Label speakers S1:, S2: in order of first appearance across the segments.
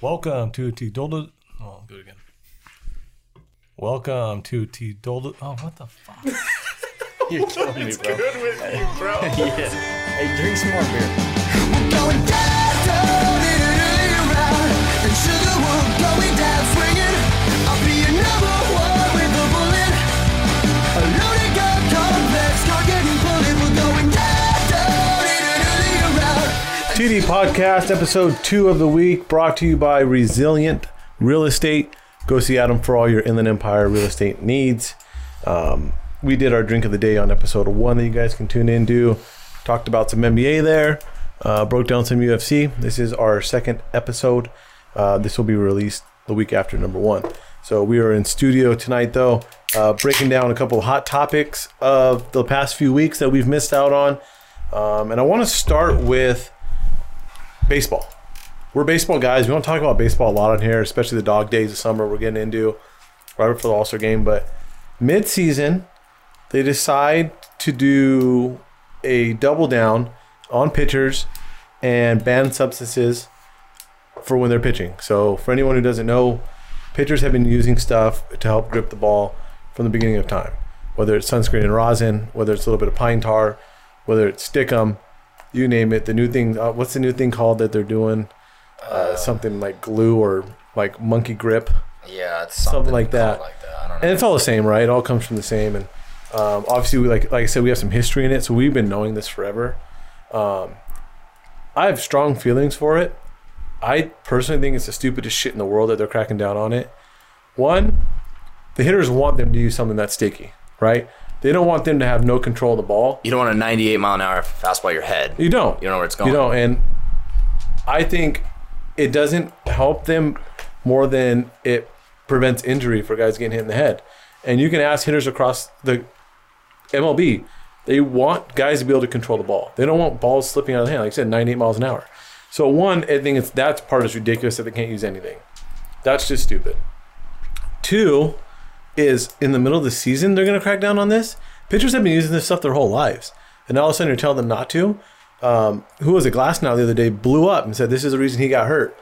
S1: Welcome to Tidolda. Oh, I'll do it again. Welcome to Tidolda. Oh, what the fuck?
S2: You're killing me, bro.
S3: Good with you, bro.
S2: Hey, drink some more beer.
S4: Going down, down in an early round, and sugar will going down swinging. I'll be your number one with a bullet. A loaded gun, complex, target and bullet. We're going down, down in an early round.
S5: TD Podcast, episode two of the week, brought to you by Resilient Real Estate. Go see Adam for all your Inland Empire real estate needs. Um, we did our drink of the day on episode one that you guys can tune in to. Talked about some NBA there, uh, broke down some UFC. This is our second episode. Uh, this will be released the week after number one. So we are in studio tonight, though, uh, breaking down a couple of hot topics of the past few weeks that we've missed out on. Um, and I want to start with baseball. We're baseball guys. We don't talk about baseball a lot on here, especially the dog days of summer we're getting into right before the All Star game. But mid season, they decide to do a double down on pitchers and ban substances for when they're pitching. So, for anyone who doesn't know, pitchers have been using stuff to help grip the ball from the beginning of time, whether it's sunscreen and rosin, whether it's a little bit of pine tar, whether it's stickum you name it. The new thing, uh, what's the new thing called that they're doing? Uh, something like glue or like monkey grip,
S3: Yeah, it's
S5: something, like that.
S3: Like that. I don't know.
S5: And it's all the same, right? It all comes from the same. And um, obviously, we like like I said, we have some history in it, so we've been knowing this forever. Um, I have strong feelings for it. I personally think it's the stupidest shit in the world that they're cracking down on it. One, the hitters want them to use something that's sticky, right? They don't want them to have no control of the ball.
S3: You don't want a 98 mile an hour fastball your head.
S5: You don't.
S3: You don't know where it's going.
S5: You don't. And I think it doesn't help them more than it prevents injury for guys getting hit in the head. And you can ask hitters across the MLB, they want guys to be able to control the ball. They don't want balls slipping out of the hand. Like I said, 98 miles an hour. So one, I think it's that part is ridiculous that they can't use anything. That's just stupid. Two is in the middle of the season they're going to crack down on this. Pitchers have been using this stuff their whole lives, and all of a sudden you're telling them not to. Um, who was it? Glass now the other day blew up and said this is the reason he got hurt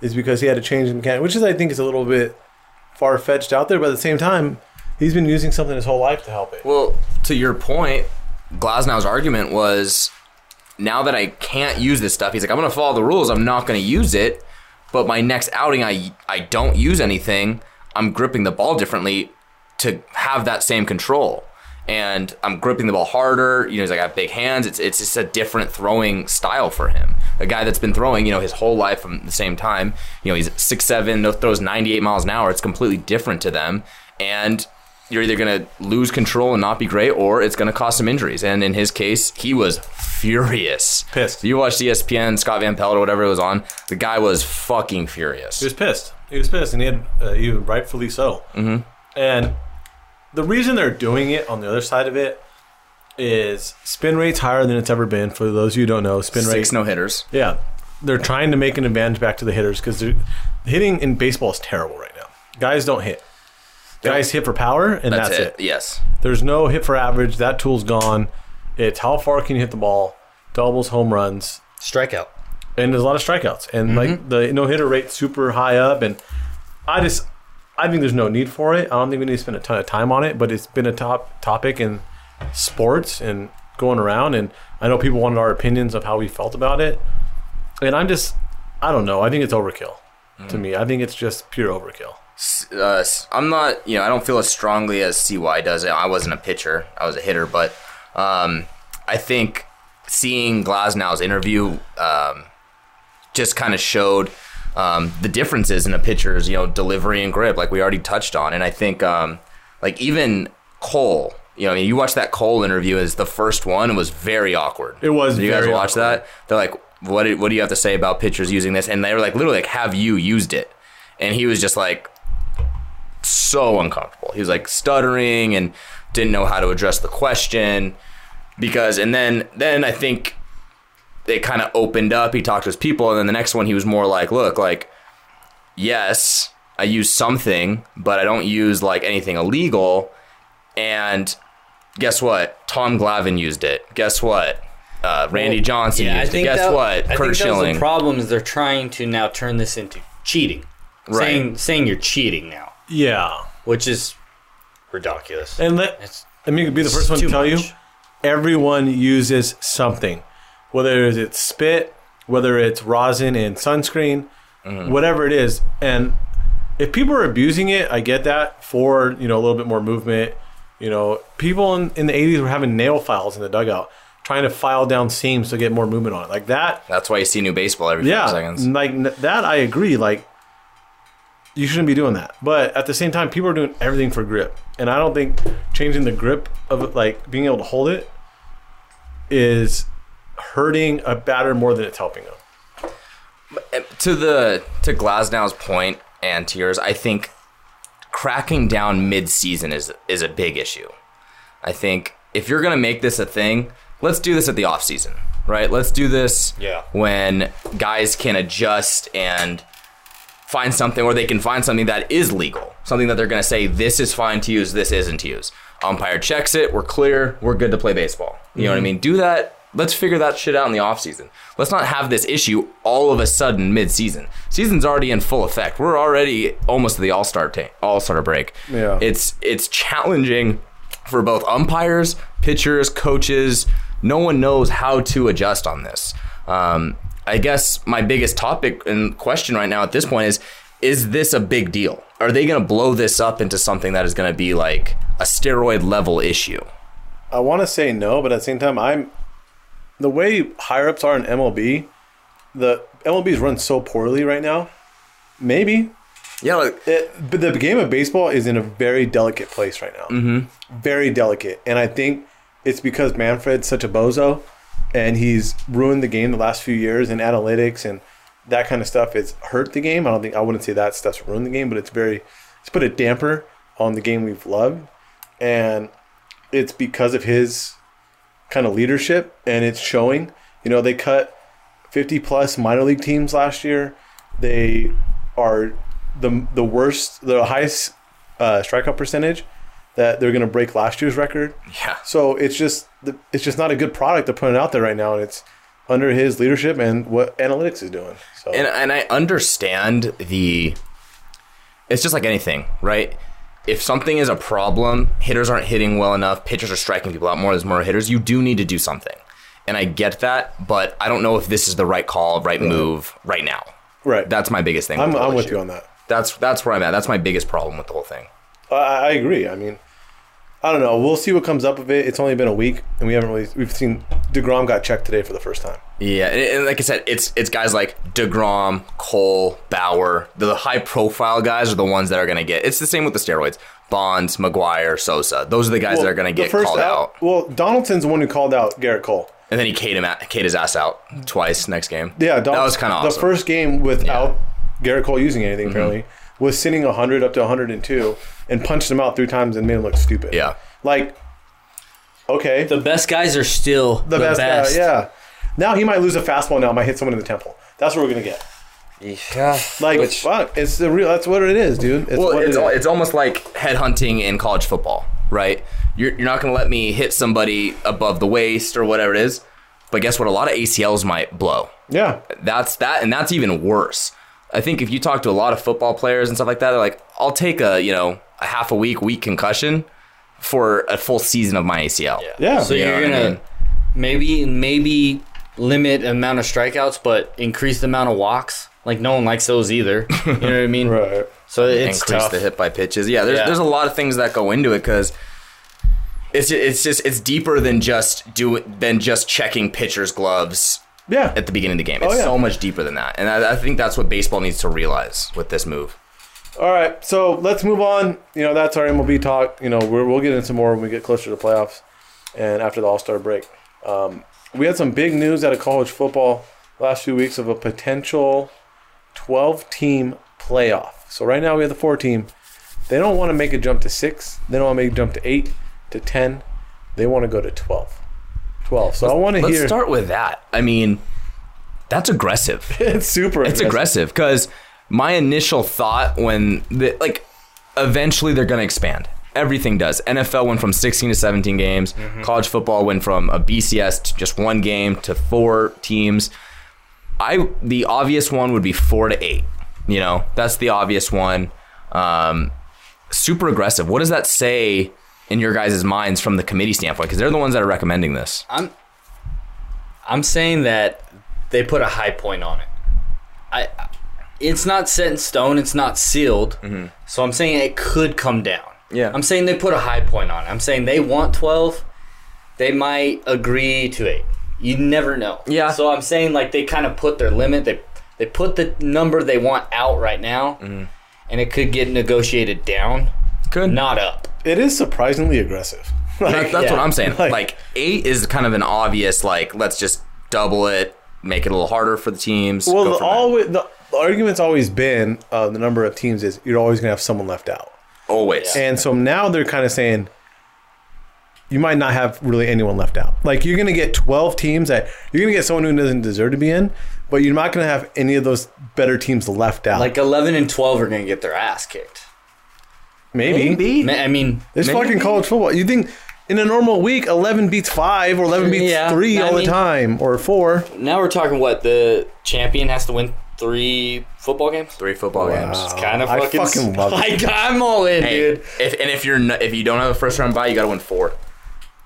S5: is because he had a change in mechanics, which is I think is a little bit far fetched out there, but at the same time he's been using something his whole life to help it.
S3: Well, to your point, Glasnow's argument was now that I can't use this stuff, he's like, I'm going to follow the rules. I'm not going to use it. But my next outing, I, I don't use anything. I'm gripping the ball differently to have that same control. And I'm gripping the ball harder. You know, he's like, I have big hands. It's, it's just a different throwing style for him. A guy that's been throwing, you know, his whole life from the same time. You know, he's six seven, throws 98 miles an hour. It's completely different to them. And you're either going to lose control and not be great, or it's going to cause some injuries. And in his case, he was furious.
S5: Pissed.
S3: You watched E ESPN, Scott Van Pelt, or whatever it was on. The guy was fucking furious.
S5: He was pissed. He was pissed, and he had uh, even rightfully so. Mm-hmm. And the reason they're doing it on the other side of it is spin rate's higher than it's ever been. For those of you who don't know, spin rate.
S3: Six no hitters.
S5: Yeah, they're trying to make an advantage back to the hitters because hitting in baseball is terrible right now. Guys don't hit. Guys hit for power, and that's,
S3: That's,
S5: it.
S3: it. Yes.
S5: There's no hit for average. That tool's gone. It's how far can you hit the ball? Doubles, home runs,
S2: Strikeout.
S5: and there's a lot of strikeouts and like the no hitter rate super high up and I just I think there's no need for it. I don't think we need to spend a ton of time on it, but it's been a top topic in sports and going around and I know people wanted our opinions of how we felt about it. And I'm just I don't know. I think it's overkill to me. I think it's just pure overkill.
S3: uh, s- I'm not, you know, I don't feel as strongly as CY does. I wasn't a pitcher, I was a hitter, but um, I think seeing Glasnow's interview um, just kind of showed um, the differences in a pitcher's, you know, delivery and grip, like we already touched on. And I think, um, like, even Cole, you know, you watch that Cole interview is the first one it was very awkward.
S5: It was
S3: Did you guys
S5: very
S3: watch that? They're like, what do, what do you have to say about pitchers using this? And they were like, literally, like, have you used it? And he was just like, so uncomfortable. He was like stuttering and didn't know how to address the question because and then then I think they kind of opened up. He talked to his people and then the next one he was more like, "Look, like yes, I use something, but I don't use like anything illegal." And guess what? Tom Glavine used it. Guess what? Uh, Randy Johnson used it. Guess
S2: that-
S3: what?
S2: I
S3: Kurt
S2: think that was
S3: Schilling.
S2: the problem is they're trying to now turn this into
S6: cheating.
S3: Right.
S6: Saying saying you're cheating now,
S5: Yeah.
S6: which is ridiculous.
S5: And let,
S6: It's-
S5: I mean, be the
S6: it's
S5: first one to
S6: too
S5: tell you,
S6: much.
S5: everyone uses something, whether it's- it's spit, whether it's rosin and sunscreen,
S6: Mm-hmm.
S5: whatever it is. And if people are abusing it, I get that for you know a little bit more movement. You know, people in, in the '80s were having nail files in the dugout, trying to file down seams to get more movement on it, like that.
S3: That's why you see new baseball every
S5: Yeah,
S3: five seconds.
S5: like n- that. I agree. Like, you shouldn't be doing that. But at the same time, people are doing everything for grip, and I don't think changing the grip of it, like being able to hold it is hurting a batter more than it's helping them.
S3: to the to Glasnow's point and to yours, I think cracking down mid-season is is a big issue. I think if you're going to make this a thing, let's do this at the off-season, right? Let's do this
S6: Yeah.
S3: when guys can adjust and find something or they can find something that is legal, something that they're going to say this is fine to use, this isn't to use. Umpire checks it, we're clear, we're good to play baseball. You know what I mean? Do that. Let's figure that shit out in the offseason. Let's not have this issue all of a sudden mid-season. Season's already in full effect. We're already almost to the All-Star ta- All-Star break.
S5: Yeah.
S3: It's it's challenging for both umpires, pitchers, coaches. No one knows how to adjust on this. Um, I guess my biggest topic and question right now at this point is: Is this a big deal? Are they going to blow this up into something that is going to be like a steroid level issue?
S5: I want to say no, but at the same time, I'm the way higher ups are in MLB. The MLB is run so poorly right now. Maybe
S3: Yeah, like,
S5: It, but the game of baseball is in a very delicate place right now. Mm-hmm. Very delicate. And I think it's because Manfred's such a bozo and he's ruined the game the last few years and analytics and that kind of stuff. It's hurt the game. I don't think, I wouldn't say that stuff's ruined the game, but it's very, it's put a damper on the game we've loved. And it's because of his kind of leadership and it's showing. You know, they cut 50 plus minor league teams last year. They are the the worst, the highest uh, strikeout percentage that they're going to break last year's record.
S3: yeah.
S5: So it's just the- it's just not a good product they're putting out there right now, and it's under his leadership and what analytics is doing. So
S3: and and I understand the. It's just like anything, right? If something is a problem, hitters aren't hitting well enough, pitchers are striking people out more. There's more hitters. You do need to do something, and I get that, but I don't know if this is the right call, right, move, right now.
S5: right,
S3: That's my biggest thing.
S5: I'm,
S3: the
S5: I'm
S3: whole
S5: with
S3: issue.
S5: you on that.
S3: That's that's where I'm at. That's my biggest problem with the whole thing.
S5: I, I agree. I mean, I don't know. We'll see what comes up of it. It's only been a week, and we haven't really we've seen Degrom got checked today for the first time.
S3: Yeah, and, and like I said, it's it's guys like Degrom, Cole, Bauer. The high profile guys are the ones that are going to get. It's the same with the steroids. Bonds, McGuire, Sosa. Those are the guys that are going to
S5: the
S3: get
S5: first
S3: called out.
S5: Well, Donaldson's the one who called out Garrett Cole.
S3: And then he K'd him out, K'd his ass out twice next game.
S5: Yeah, Don-
S3: that was kind of awesome. Mm-hmm.
S5: The first game without Garrett Cole using anything apparently was sitting 100 up to 102 and punched him out three times and made him look stupid.
S3: Yeah.
S5: Like, okay, the,
S6: The best guys are still the,
S5: best,
S6: best.
S5: guy, yeah. Now he might lose a fastball. Now might hit someone in the temple. That's what we're gonna get.
S3: yeah.
S5: Like, fuck, it's the real. That's what it is, dude. It's
S3: well,
S5: what
S3: it's,
S5: it
S3: al-
S5: is.
S3: it's almost like headhunting in college football, right? You're, you're not going to let me hit somebody above the waist or whatever it is. But guess what? A lot of ACLs might blow.
S5: yeah.
S3: That's that, and that's even worse. I think if you talk to a lot of football players and stuff like that, they're like, "I'll take a you know a half a week week concussion for a full season of my ACL."
S5: Yeah.
S6: So
S3: Yeah, I
S6: you're gonna
S3: mean-
S6: maybe maybe limit amount of strikeouts, but increase the amount of walks. Like no one likes those either. You know what I mean?
S5: Right.
S6: So it's
S3: increase
S6: tough.
S3: the hit by pitches. Yeah, there's
S6: Yeah.
S3: there's a lot of things that go into it because it's ju- it's just it's deeper than just do than just checking pitchers' gloves
S5: Yeah.
S3: at the beginning of the game. It's
S5: Oh, yeah.
S3: so much deeper than that, and I, I think that's what baseball needs to realize with this move.
S5: All right, so let's move on. You know, that's our MLB talk. You know, we're, we'll get into some more when we get closer to the playoffs and after the All Star break. Um, we had some big news out of college football last few weeks of a potential 12 team playoff. So right now we have the four team. They don't want to make a jump to six. They don't want to make a jump to eight, to 10. They want to go to 12. 12. So I want to
S3: Let's
S5: hear.
S3: start with that. I mean, that's aggressive.
S5: it's super.
S3: It's aggressive because my initial thought when the, like eventually they're going to expand. Everything does. NFL went from 16 to 17 games. College football went from a BCS to just one game to four teams. I the obvious one would be 4 to 8. You know, that's the obvious one. Um, super aggressive. What does that say in your guys' minds from the committee standpoint? Because they're the ones that are recommending this.
S6: I'm I'm saying that they put a high point on it. I it's not set in stone, it's not sealed. So I'm saying it could come down.
S3: Mm-hmm. Yeah.
S6: I'm saying they put a high point on it. I'm saying they want 12. They might agree to 8. You never know.
S3: Yeah.
S6: So I'm saying like they kind of put their limit. They they put the number they want out right now.
S3: Mm-hmm.
S6: And it could get negotiated down,
S3: Could
S6: not up.
S5: It is surprisingly aggressive.
S3: That- that's
S6: yeah.
S3: what I'm saying.
S5: Like-
S3: Like, eight is kind of an obvious. Like, let's just double it, make it a little harder for the teams.
S5: Well,
S3: go
S5: the,
S3: from there.
S5: always, the the argument's always been uh, the number of teams is you're always going to have someone left out.
S3: always.
S5: And so now they're kind of saying you might not have really anyone left out. Like you're going to get 12 teams that you're going to get someone who doesn't deserve to be in, but you're not going to have any of those better teams left out.
S6: Like 11 and 12 are going to get their ass kicked.
S5: maybe.
S6: Ma- I mean,
S5: There's
S6: maybe-
S5: fucking college football. You think in a normal week 11 beats 5 or 11 beats
S6: Yeah,
S5: 3
S6: I
S5: all
S6: mean-
S5: the time or 4?
S6: Now we're talking what the champion has to win three football games.
S3: three football games.
S6: It's kind of
S5: I
S6: fucking.
S5: fucking love it.
S6: I, am all in,
S3: Hey,
S6: dude.
S3: If, and if you're n- if you don't have a first round bye, you got to win four.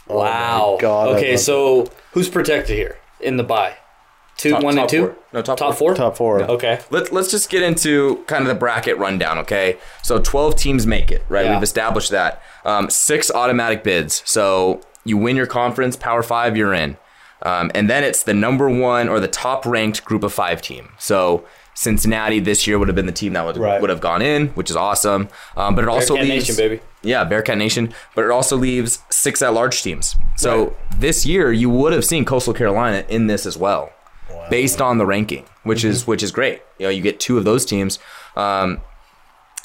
S6: wow.
S5: Oh God, I
S6: okay,
S5: love
S6: so who's protected here in the bye? Two,
S3: Top-
S6: one,
S3: top
S6: and two.
S3: four. No, top
S6: top four.
S5: Top 4.
S6: Okay.
S3: Let, let's just get into kind of the bracket rundown, okay? So 12 teams make it, right?
S6: Yeah.
S3: We've established that. Um, six automatic bids. So you win your conference, Power Five, you're in. Um, and then it's the number one or the top ranked group of five team. So Cincinnati this year would have been the team that would,
S5: Right.
S3: would have gone in, which is awesome. Um, but it also
S6: Bearcat
S3: leaves.
S6: Nation, baby.
S3: Yeah, Bearcat Nation. But it also leaves six at large teams. So this year, you would have seen Coastal Carolina in this as well based on the ranking, which
S6: Mm-hmm.
S3: is which is great. You know, you get two of those teams. Um,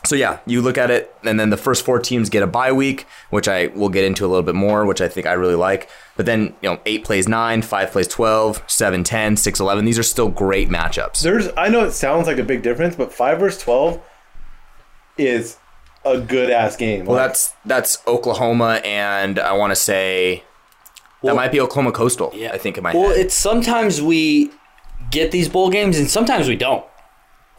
S3: so yeah, you look at it, and then the first four teams get a bye week, which I will get into a little bit more, which I think I really like. But then you know, eight plays nine, five plays 12, seven, 10, six, 11. These are still great matchups.
S5: There's I know it sounds like a big difference, but 5 versus 12 is a good ass game.
S3: well, that's that's Oklahoma, and I want to say that might be Oklahoma Coastal. I think it might.
S6: Well, it's sometimes we get these bowl games and sometimes we don't.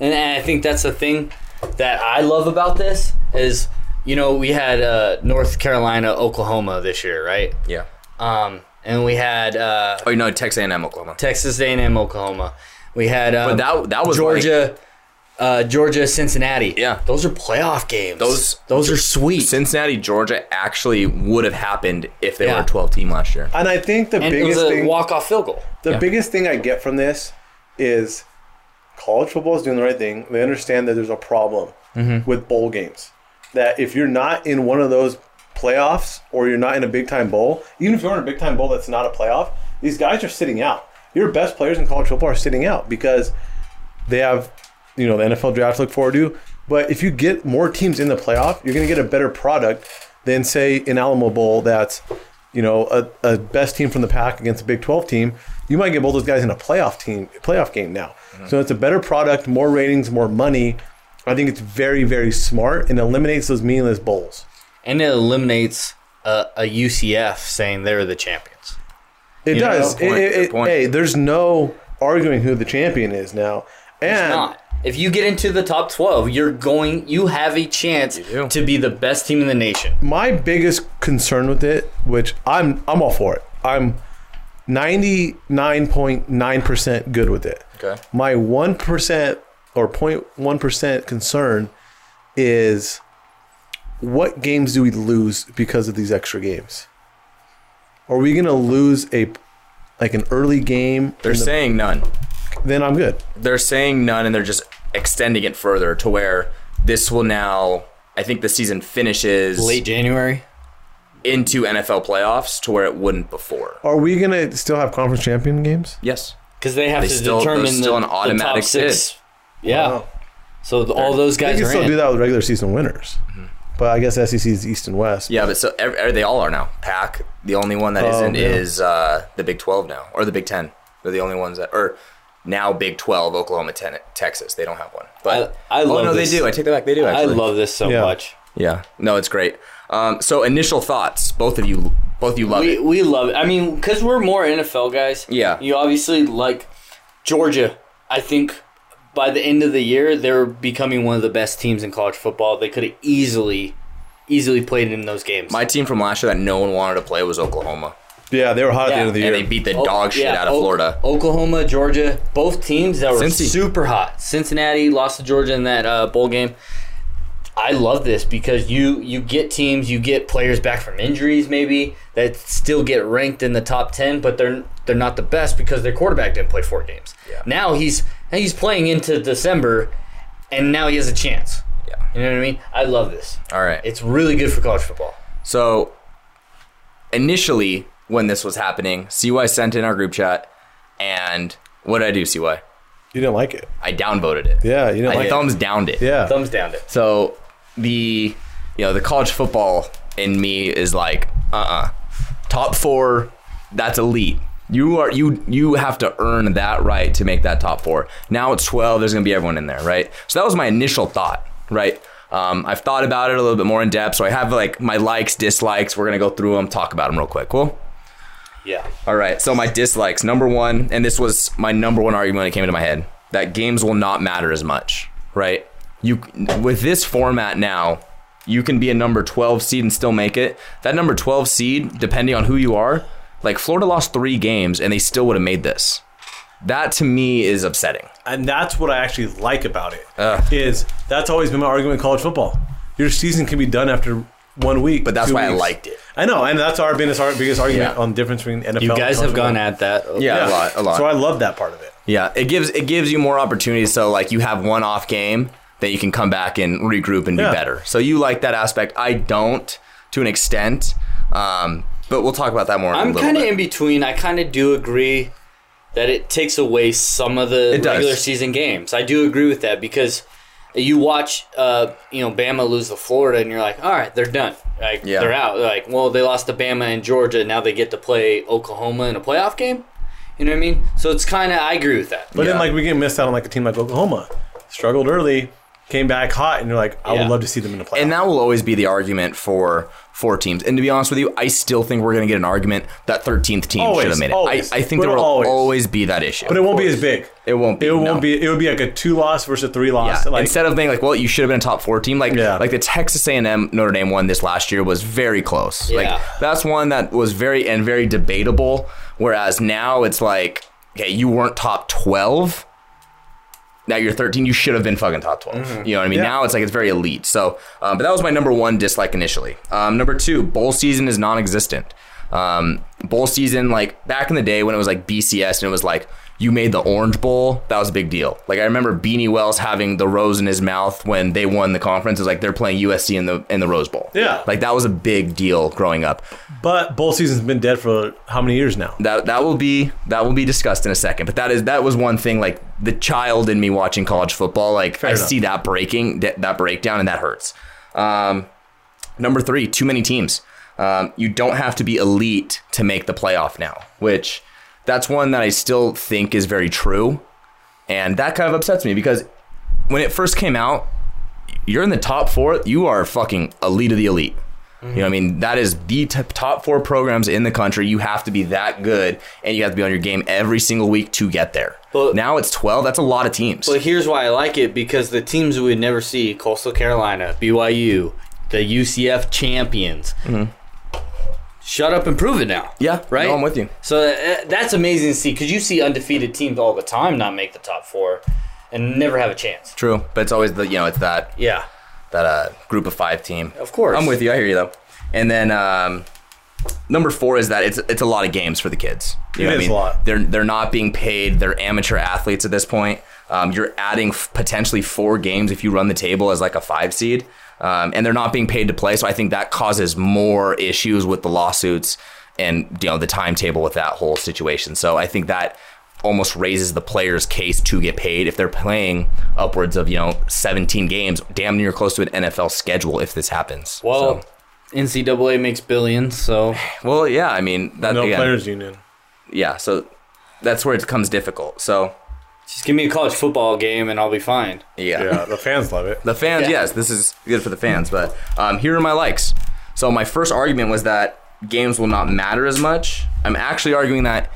S6: And I think that's the thing that I love about this is, you know, we had uh, North Carolina, Oklahoma this year, right?
S3: yeah.
S6: Um, and we had uh,
S3: Oh no, Texas A&M, Oklahoma.
S6: Texas A&M, Oklahoma. We had um,
S3: But that- that was
S6: Georgia, uh, Georgia, Cincinnati.
S3: Yeah.
S6: those are playoff games.
S3: Those-
S6: those are sweet.
S3: Cincinnati, Georgia actually would have happened if they
S6: Yeah.
S3: were a 12 team last year.
S5: and I think the
S6: and it was
S5: biggest
S6: a
S5: thing
S6: walk-off field goal.
S5: The biggest thing I get from this is college football is doing the right thing. They understand that there's a problem with bowl games. That if you're not in one of those playoffs or you're not in a big time bowl, even if you're in a big time bowl that's not a playoff, these guys are sitting out. Your best players in college football are sitting out because they have, you know, the NFL draft to look forward to. But if you get more teams in the playoff, you're going to get a better product than say in Alamo Bowl that's, you know, a, a best team from the pack against a Big 12 team. You might get both those guys in a playoff team playoff game now.
S3: Mm-hmm.
S5: So it's a better product, more ratings, more money. I think it's very very smart and eliminates those meaningless bowls.
S6: and it eliminates a, a UCF saying they're the champions.
S5: It
S6: know,
S5: does.
S3: good point,
S5: It- it-
S3: good
S5: it-
S3: point.
S5: Hey, there's no arguing who the champion is now. And
S6: Not if you get into the top twelve, you're going. You have a chance
S3: do.
S6: to be the best team in the nation.
S5: my biggest concern with it, which I'm I'm all for it. I'm 99.9% good with it.
S3: Okay.
S5: My 1% or 0.1% concern is what games do we lose because of these extra games? Are we going to lose a like an early game?
S3: They're
S5: in the-
S3: saying none.
S5: then I'm good.
S3: they're saying none and they're just extending it further to where this will now I think the season finishes
S6: January.
S3: into NFL playoffs to where it wouldn't before.
S5: Are we going to still have conference champion games?
S3: Yes.
S6: because they have
S3: They
S6: to
S3: still-
S6: determine
S3: there's still
S6: the,
S3: an
S6: the
S3: automatic
S6: top six. Yeah.
S5: Wow.
S6: So the, all those
S5: They
S6: guys
S5: can
S6: are
S5: still
S6: in. Mm-hmm.
S5: do that with regular season winners. But I guess SEC is East and West.
S3: Yeah, but so ev ev- they all are now. Pac, the only one that
S5: Oh,
S3: not
S5: yeah.
S3: is uh, the Big 12 now or the Big 10. They're the only ones that or now Big 12 Oklahoma 10 Texas. They don't have one. But
S6: I- I
S3: Oh
S6: love
S3: no,
S6: this.
S3: they do. I take that back. They do
S6: I
S3: actually.
S6: love this so
S5: Yeah.
S6: much.
S3: Yeah. No, it's great. Um, so initial thoughts, both of you both of you love
S6: We,
S3: it.
S6: we love it. I mean, because we're more NFL guys.
S3: Yeah.
S6: You obviously like Georgia. I think by the end of the year, they're becoming one of the best teams in college football. They could have easily, easily played in those games.
S3: My team from last year that no one wanted to play was Oklahoma,
S5: Yeah, they were hot at the
S6: Yeah,
S5: end of the year.
S3: and they beat the
S6: Oh,
S3: dog shit
S6: yeah,
S3: out of
S6: O-
S3: Florida.
S6: Oklahoma, Georgia, both teams that were
S3: Cincy.
S6: super hot. Cincinnati lost to Georgia in that uh, bowl game. I love this because you you get teams, you get players back from injuries maybe that still get ranked in the top 10, but they're they're not the best because their quarterback didn't play four games. Now he's now he's playing into December and now he has a chance.
S3: Yeah.
S6: You know what I mean? I love this.
S3: All right.
S6: It's really good for college football.
S3: So initially, when this was happening, CY sent in our group chat, and what did I do, CY?
S5: you didn't like it.
S3: I downvoted it.
S5: Yeah, you didn't
S3: I
S5: like it.
S3: thumbs downed it.
S5: Yeah.
S6: Thumbs down to it.
S3: So the you know the college football in me is like uh uh top four that's elite. You are you you have to earn that right to make that top four. Now it's twelve. There's gonna be everyone in there, right? So that was my initial thought, right? Um, I've thought about it a little bit more in depth. So I have like my likes, dislikes. We're gonna go through them, talk about them real quick. Cool.
S6: Yeah.
S3: All right. So my dislikes. Number one, and this was my number one argument that came into my head that games will not matter as much, right? You with this format now, you can be a number twelve seed and still make it. That number twelve seed, depending on who you are, like Florida lost three games and they still would have made this. That to me is upsetting.
S5: and that's what I actually like about it. Is that's always been my argument in college football. Your season can be done after one week,
S3: But that's
S5: two
S3: why I
S5: weeks.
S3: liked it.
S5: I know, and that's our biggest, our biggest argument
S3: Yeah.
S5: on the difference between NFL.
S6: You
S5: and
S6: guys
S5: college
S6: have gone
S5: football.
S6: at that.
S3: Yeah, a lot, a lot.
S5: So I love that part of it.
S3: Yeah, it gives it gives you more opportunities. So like you have one off game that you can come back and regroup and be
S5: Yeah.
S3: better. So you like that aspect. I don't to an extent, um, but we'll talk about that more. in
S6: I'm
S3: a little
S6: kind of
S3: bit.
S6: in between. I kind of do agree that it takes away some of the
S3: It does.
S6: regular season games. I do agree with that because you watch, uh, you know, Bama lose to Florida, and you're like, all right, they're done. Like
S3: Yeah.
S6: they're out. They're like, well, they lost to Bama and Georgia. Now they get to play Oklahoma in a playoff game. You know what I mean? So it's kind of I agree with that.
S5: But
S3: Yeah.
S5: then like we get missed out on like a team like Oklahoma, struggled early, came back hot, and you're like, I
S6: Yeah.
S5: would love to see them in the playoffs.
S3: and that will always be the argument for four teams. And to be honest with you, I still think we're going to get an argument that 13th team
S5: Always,
S3: should have made it. I,
S5: always.
S3: I think there
S5: But
S3: will always.
S5: always.
S3: be that issue.
S5: but it won't be as big.
S3: It won't be,
S5: It won't
S3: no.
S5: be. It would be like a two loss versus a three
S3: Yeah.
S5: loss. Like,
S3: Instead of being like, well, you should have been a top four team. Like,
S5: Yeah.
S3: like the Texas A&M Notre Dame one this last year was very close.
S6: Yeah.
S3: Like that's one that was very and very debatable. Whereas now it's like, okay, you weren't top twelve. Now you're 13. You should have been fucking top 12. You know what I mean?
S5: Mm-hmm. Yeah.
S3: Now it's like it's very elite. So, um, but that was my number one dislike initially. Um, number two, bowl season is non-existent. Um, bowl season, like back in the day when it was like BCS and it was like you made the Orange Bowl, that was a big deal. Like I remember Beanie Wells having the rose in his mouth when they won the conference. It was like they're playing USC in the in the Rose Bowl.
S5: Yeah.
S3: like that was a big deal growing up.
S5: but bowl season's been dead for how many years now?
S3: That that will be that will be discussed in a second. But that is that was one thing. Like the child in me watching college football, like I
S5: enough.
S3: see that breaking that, that breakdown, and that hurts. Um, number three, too many teams. Um, you don't have to be elite to make the playoff now, which that's one that I still think is very true, and that kind of upsets me because when it first came out, you're in the top four, you are fucking elite of the elite. You know what I mean? That is the t- top four programs in the country. You have to be that good, and you have to be on your game every single week to get there.
S6: But-
S3: now it's twelve. That's a lot of teams.
S6: But here's why I like it because the teams we would never see Coastal Carolina, BYU, the UCF champions. Shut up and prove it now.
S3: Mm-hmm. Yeah,
S6: Right?
S3: no, I'm with you.
S6: So uh, that's amazing to see because you see undefeated teams all the time not make the top four and never have a chance.
S3: True, but it's always the you know it's that
S6: Yeah.
S3: that uh, group of five team.
S6: Of course.
S3: I'm with you. I hear you though. And then um, number four is that it's it's a lot of games for the kids. You
S5: It
S3: what
S5: is a lot.
S3: They're they're not being paid. They're amateur athletes at this point. Um, you're adding f- potentially four games if you run the table as like a five seed, um, and they're not being paid to play. So I think that causes more issues with the lawsuits and you know the timetable with that whole situation. So I think that almost raises the player's case to get paid if they're playing upwards of you know 17 games, damn near close to an NFL schedule if this happens.
S6: Well,
S3: So-
S6: NCAA makes billions, so
S3: well, yeah. I mean, that
S5: No
S3: again,
S5: players union.
S3: yeah. So that's where it becomes difficult. So
S6: just give me a college football game and I'll be fine.
S3: yeah.
S5: Yeah, the fans love it.
S3: The fans,
S6: Yeah.
S3: yes, this is good for the fans, but um, here are my likes. So my first argument was that games will not matter as much. I'm actually arguing that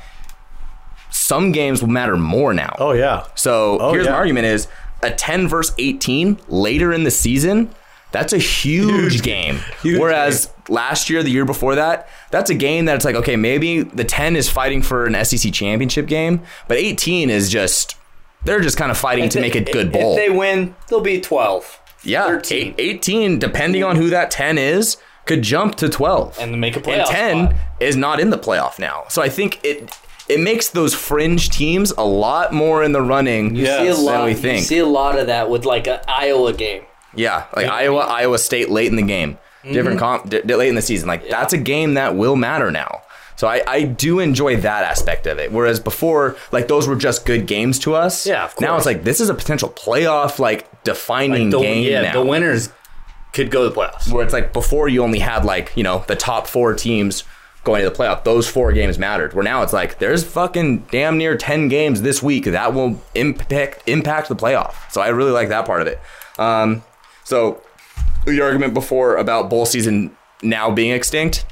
S3: some games will matter more now.
S5: Oh yeah.
S3: So
S5: Oh,
S3: here's
S5: yeah.
S3: my argument: is a 10 verse 18 later in the season. That's a huge, game.
S5: Huge
S3: Whereas last year, the year before that, that's a game that it's like, okay, maybe the 10 is fighting for an SEC championship game, but 18 is just, they're just kind of fighting to make a good
S6: if,
S3: bowl.
S6: If they win, they'll be 12.
S3: yeah.
S6: 13.
S3: eight- 18, depending on who that 10 is, could jump to 12.
S6: And make a playoff
S3: And 10
S6: spot.
S3: is not in the playoff now. So I think it it makes those fringe teams a lot more in the running
S6: see a lot,
S3: than we
S6: you
S3: think.
S6: see a lot of that with like an Iowa game.
S3: Yeah, like Iowa, Iowa State late in the game,
S6: Mm-hmm.
S3: different comp, d- d- late in the season. Like that's a game that will matter now. So I, I do enjoy that aspect of it. Whereas before, like those were just good games to us.
S6: Yeah, of
S3: Now
S6: course.
S3: it's like this is a potential playoff, like defining
S6: The,
S3: game
S6: yeah,
S3: now.
S6: the winners could go to the playoffs.
S3: where it's like before you only had like you know the top four teams going to the playoff. Those four games mattered. Where now it's like there's fucking damn near ten games this week that will impact impact the playoff. So I really like that part of it. Um, so your argument before about bowl season now being extinct.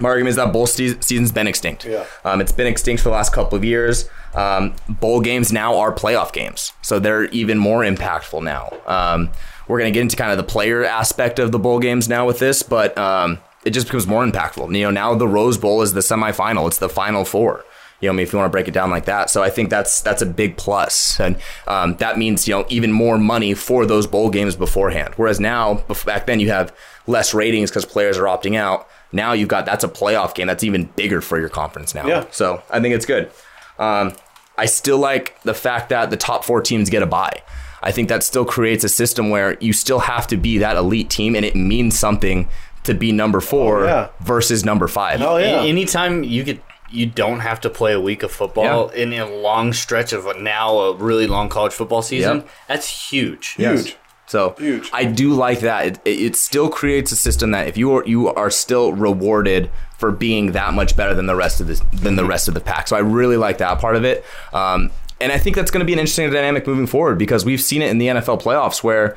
S3: My argument is that bowl se- season's been extinct.
S5: Yeah.
S3: Um, it's been extinct for the last couple of years. Um, bowl games now are playoff games, so they're even more impactful now. Um, we're going to get into kind of the player aspect of the bowl games now with this, but um, it just becomes more impactful. You know, now the Rose Bowl is the semifinal; it's the Final Four. You know, I mean, if you want to break it down like that, so I think that's that's a big plus, and um, that means you know even more money for those bowl games beforehand. Whereas now, bef- back then, you have less ratings because players are opting out. Now you've got that's a playoff game that's even bigger for your conference now.
S5: Yeah.
S3: So I think it's good. Um, I still like the fact that the top four teams get a bye. I think that still creates a system where you still have to be that elite team, and it means something to be number four
S5: Oh, yeah.
S3: versus number five.
S5: Oh yeah.
S6: A- anytime you get you don't have to play a week of football in a long stretch of now a really long college football season,
S3: Yep.
S6: that's huge.
S5: Huge.
S3: So
S5: Huge.
S3: I do like that. It, it, it still creates a system that if you are you are still rewarded for being that much better than the rest of this than the rest of the pack. So I really like that part of it. Um, and I think that's going to be an interesting dynamic moving forward because we've seen it in the NFL playoffs where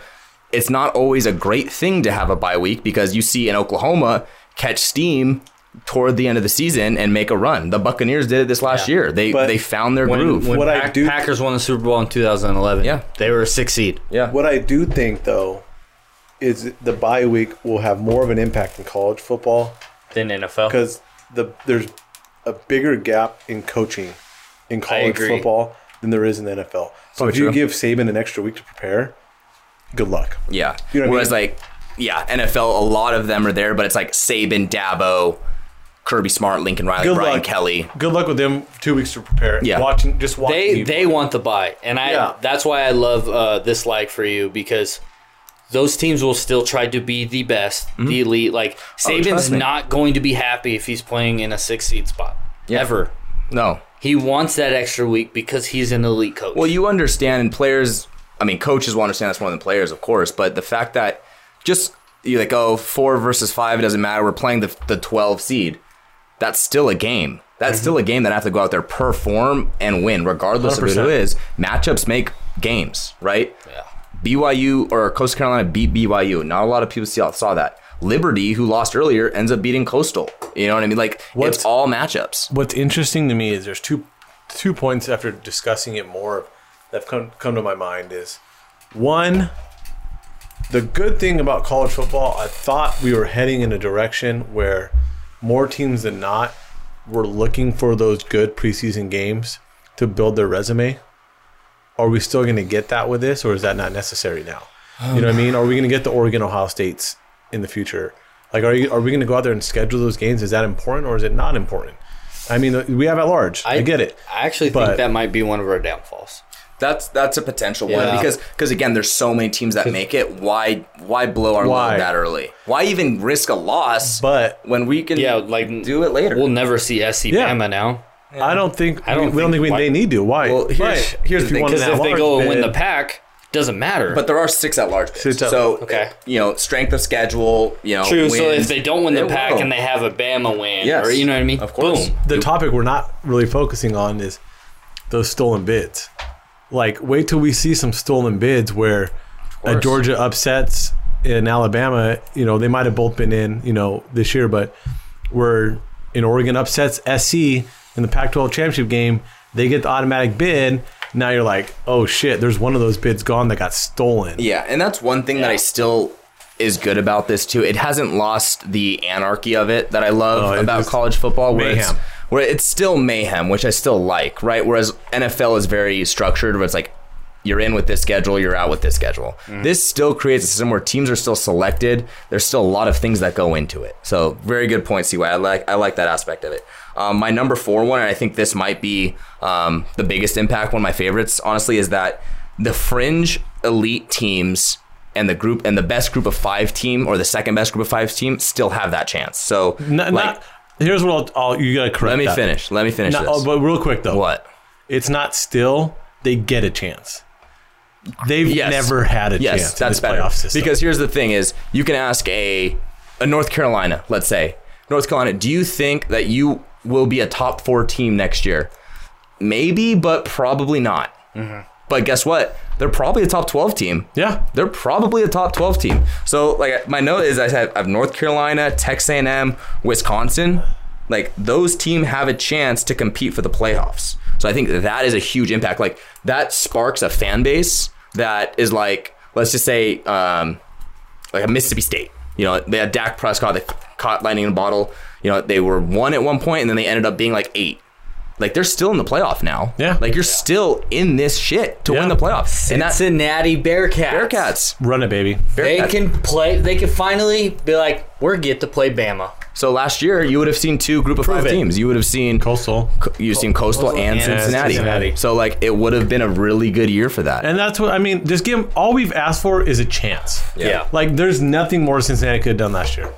S3: it's not always a great thing to have a bye week because you see in Oklahoma catch steam toward the end of the season and make a run. The Buccaneers did it this last
S6: Yeah.
S3: year. They
S5: But
S3: they found their
S6: When,
S3: groove.
S6: when
S5: What I
S6: Pac-
S5: do-
S6: Packers won the Super Bowl in 2011,
S3: Yeah.
S6: they were a six seed.
S3: yeah.
S5: What I do think though is the bye week will have more of an impact in college football
S6: Then NFL.
S5: because the there's a bigger gap in coaching in college
S6: agree.
S5: football than there is in the NFL. So if
S3: true.
S5: you give Saban an extra week to prepare, good luck.
S3: Yeah.
S5: You know what I
S3: Whereas
S5: mean?
S3: like, yeah, NFL, a lot of them are there, but it's like Saban, Dabo, Kirby Smart, Lincoln Riley,
S5: Good
S3: Brian
S5: luck.
S3: Kelly.
S5: Good luck with them. Two weeks to prepare.
S3: Yeah.
S5: watching just watching.
S6: They
S5: you
S6: they want the buy, and I
S5: Yeah.
S6: that's why I love uh, this like for you because those teams will still try to be the best, the elite. Like
S5: Oh,
S6: Saban's
S3: trust me.
S6: not going to be happy if he's playing in a six seed spot ever.
S3: No.
S6: He wants that extra week because he's an elite coach.
S3: Well, you understand, and players, I mean, coaches will understand that's more than players, of course, but the fact that just you're like, oh, four versus five, it doesn't matter. We're playing the, the 12 seed. That's still a game. That's still a game that I have to go out there, perform, and win, regardless of who it
S5: 100%.
S3: is. Matchups make games, right?
S6: yeah.
S3: BYU or Coastal Carolina beat BYU. Not a lot of people see, saw that. Liberty, who lost earlier, ends up beating Coastal. You know what I mean? Like it's
S5: What's-
S3: all matchups.
S5: what's interesting to me is there's two two points after discussing it more that have come come to my mind is one the good thing about college football I thought we were heading in a direction where more teams than not were looking for those good preseason games to build their resume are we still going to get that with this or is that not necessary now you know what I mean are we going to get the Oregon Ohio states in the future like are you are we going to go out there and schedule those games is that important or is it not important I mean, we have at large. I, get it.
S6: I actually
S5: But-
S6: think that might be one of our downfalls.
S3: That's that's a potential one
S6: Yeah.
S3: because because again, there's so many teams that make it. Why why blow our
S5: Why?
S3: load that early? Why even risk a loss?
S5: But
S3: when we can
S6: Yeah, like
S3: do it later.
S6: We'll never see SC
S5: Yeah.
S6: Bama now
S5: I don't think
S6: I don't
S5: we don't think
S6: think
S5: we,
S6: why-
S5: they need to. Why?
S3: Well, here's-
S5: Right.
S3: here's
S5: If you
S3: the thing,
S5: want
S6: because
S5: an
S6: if they
S5: at-large
S6: go and win
S5: bid-
S6: the pack, doesn't matter.
S3: but there are six at large. bids.
S5: Six at-
S3: so
S6: Okay.
S3: you know strength of schedule. You know
S6: True. so
S3: wins,
S6: if they don't win the
S3: they
S6: pack
S3: will.
S6: and they have a Bama win,
S3: Yes.
S6: or you know what I mean,
S3: Of course.
S6: boom.
S5: the topic we're not really focusing on is those stolen bids. Like, wait till we see some stolen bids where a
S3: course.
S5: Georgia upsets in Alabama. You know, they might have both been in, you know, this year, but where in Oregon upsets SC in the Pac 12 championship game, They get the automatic bid. Now you're like, oh shit, there's one of those bids gone that got stolen.
S3: Yeah, and that's one thing that I still is good about this too. It hasn't lost the anarchy of it that I love
S5: Oh, it
S3: about
S5: is
S3: college football. Where it's,
S5: mayhem.
S3: where it's still mayhem, which I still like, right? Whereas NFL is very structured, where it's like you're in with this schedule, you're out with this schedule. This still creates a system where teams are still selected. There's still a lot of things that go into it. So very good point, Seaway. I like I like that aspect of it. Um, my number four one, and I think this might be um, the biggest impact. One of my favorites, honestly, is that the fringe elite teams and the group and the best group of five team or the second best group of five team still have that chance. So
S5: Not,
S3: like,
S5: not- here's what I'll, I'll you gotta correct.
S3: let me
S5: that.
S3: finish. Let me finish
S5: No,
S3: this.
S5: oh, but real quick though,
S3: what?
S5: It's not still. They get a chance. They've
S3: Yes.
S5: never had a
S3: yes,
S5: chance. in
S3: that's
S5: this
S3: better.
S5: playoff system.
S3: Because here's the thing: is you can ask a a North Carolina, let's say North Carolina, do you think that you will be a top four team next year? Maybe, but probably not.
S5: Mm-hmm.
S3: But guess what? They're probably a top twelve team.
S5: yeah,
S3: They're probably a top 12 team. So like my note is I have, I have North Carolina, Texas A&M, Wisconsin. Like those team have a chance to compete for the playoffs. So I think that is a huge impact. Like that sparks a fan base that is like let's just say um, like a Mississippi State. You know, they had Dak Prescott that caught lightning in a bottle. You know, they were one at one point and then they ended up being like eight. Like they're still in the playoff now.
S5: Yeah.
S3: Like you're still in this shit to
S5: Yeah.
S3: win the playoffs. And that's
S6: Cincinnati Bearcats.
S3: Bearcats.
S5: run it, baby.
S6: They
S3: Bearcats.
S6: can play. They can finally be like, we're get to play Bama.
S3: So last year, you would have seen two group of five
S5: it.
S3: teams. You would have seen
S5: Coastal.
S3: you've seen Coastal, and,
S6: and
S3: Cincinnati.
S5: Cincinnati.
S3: So like it would have been a really good year for that.
S5: And that's what I mean. Just give 'em- all we've asked for is a chance.
S3: yeah.
S5: Like there's nothing more Cincinnati could have done last year.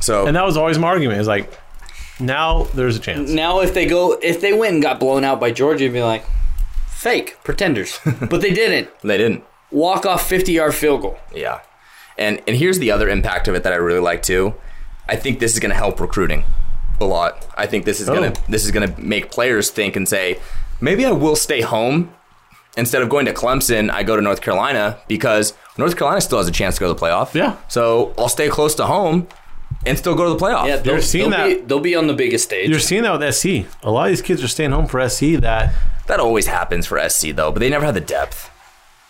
S3: So
S5: And that was always my argument. Is like now there's a chance.
S6: Now, if they go, if they went and got blown out by Georgia, you'd be like, fake pretenders. but they didn't.
S3: they didn't.
S6: Walk off fifty yard field goal.
S3: Yeah. And and here's the other impact of it that I really like too. I think this is going to help recruiting a lot. I think this is going to
S5: Oh.
S3: this is going to make players think and say, maybe I will stay home instead of going to Clemson. I go to North Carolina because North Carolina still has a chance to go to the playoff.
S5: Yeah.
S3: So I'll stay close to home and still go to the playoff.
S6: Yeah, they'll,
S5: You're seeing
S6: they'll Be,
S5: that.
S6: they'll be on the biggest stage.
S5: You're seeing that with SC. A lot of these kids are staying home for SC. That
S3: That always happens for SC though, but they never had the depth.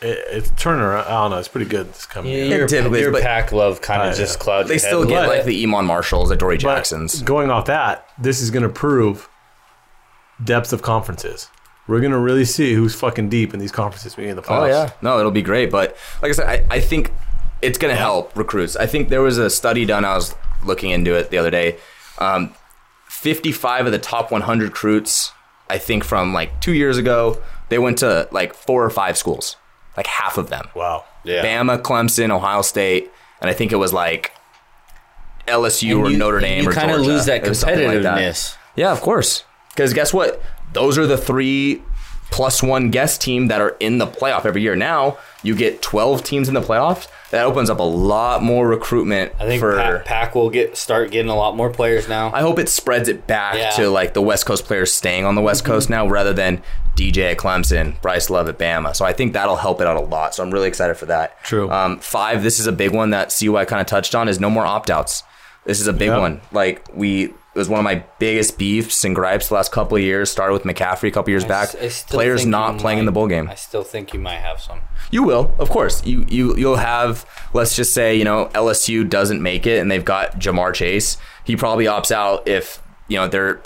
S5: it, it's turning around. I don't know. It's pretty good this coming year.
S3: your- typically is, your but-
S6: pack love kind
S5: yeah. just
S6: clouds.
S3: They still get like the Emon Marshalls, the Dory
S5: But
S3: Jacksons.
S5: Going off that, this is going to prove depth of conferences. We're going to really see who's fucking deep in these conferences being in the playoffs.
S3: Oh, no, it'll be great. But like I said, I, I think it's gonna help recruits. I think there was a study done. I was looking into it the other day. Um, Fifty-five of the top 100 recruits, I think from like two years ago, they went to like four or five schools. Like half of them,
S5: Wow.
S6: yeah.
S3: Bama, Clemson, Ohio State, and I think it was like LSU or Notre Dame
S6: You
S3: or
S6: kind of
S3: Georgia.
S6: lose that
S3: It was something like that.
S6: competitiveness.
S3: Yeah, of course. Because guess what? Those are the three plus one guest team that are in the playoff every year. Now you get twelve teams in the playoffs. That opens up a lot more recruitment
S6: I think
S3: for.
S6: pack, pack will get start getting a lot more players now.
S3: I hope it spreads it back
S6: Yeah. Mm-hmm.
S3: to like the West Coast players staying on the West Coast now, rather than DJ at Clemson, Bryce Love at Bama. So I think that'll help it out a lot. So I'm really excited for that.
S5: True.
S3: Um, five. This is a big one that CY kind of touched on. Is no more opt outs. This is a big
S5: Yep.
S3: one. Like we. It was one of my biggest beefs and gripes the last couple of years. Started with McCaffrey a couple years back.
S6: s- I still
S3: Players
S6: think
S3: not
S6: you
S3: playing in
S6: might-
S3: the bowl game.
S6: I still think you might have some.
S3: You will, of course. You you you'll have. Let's just say you know LSU doesn't make it, and they've got Jamar Chase. He probably opts out if you know they're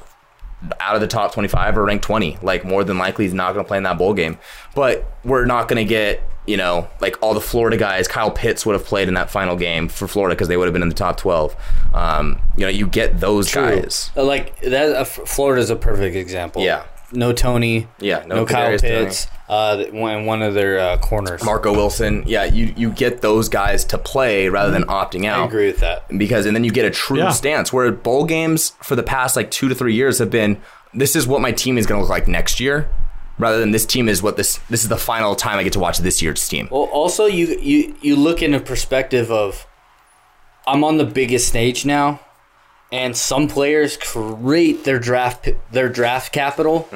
S3: out of the top twenty-five or ranked twenty. Like more than likely, he's not going to play in that bowl game. But we're not going to get you know like all the Florida guys. Kyle Pitts would have played in that final game for Florida because they would have been in the top twelve. Um, you know, you get those guys.
S6: Uh, Like that, uh, F- Florida's a perfect example.
S3: Yeah.
S6: No Tony.
S3: Yeah, no
S6: No, Kyle
S3: Kadarius Toney.
S6: Pitts. Uh, th- one one of their uh, corners.
S3: Marco Wilson, yeah, you you get those guys to play rather than opting out.
S6: I agree with that.
S3: because and then you get a true
S5: Yeah.
S3: stance where bowl games for the past like two to three years have been this is what my team is going to look like next year rather than this team is what this this is the final time i get to watch this year's team
S6: Well, also you you you look in a perspective of, I'm on the biggest stage now, and some players create their draft p- their draft capital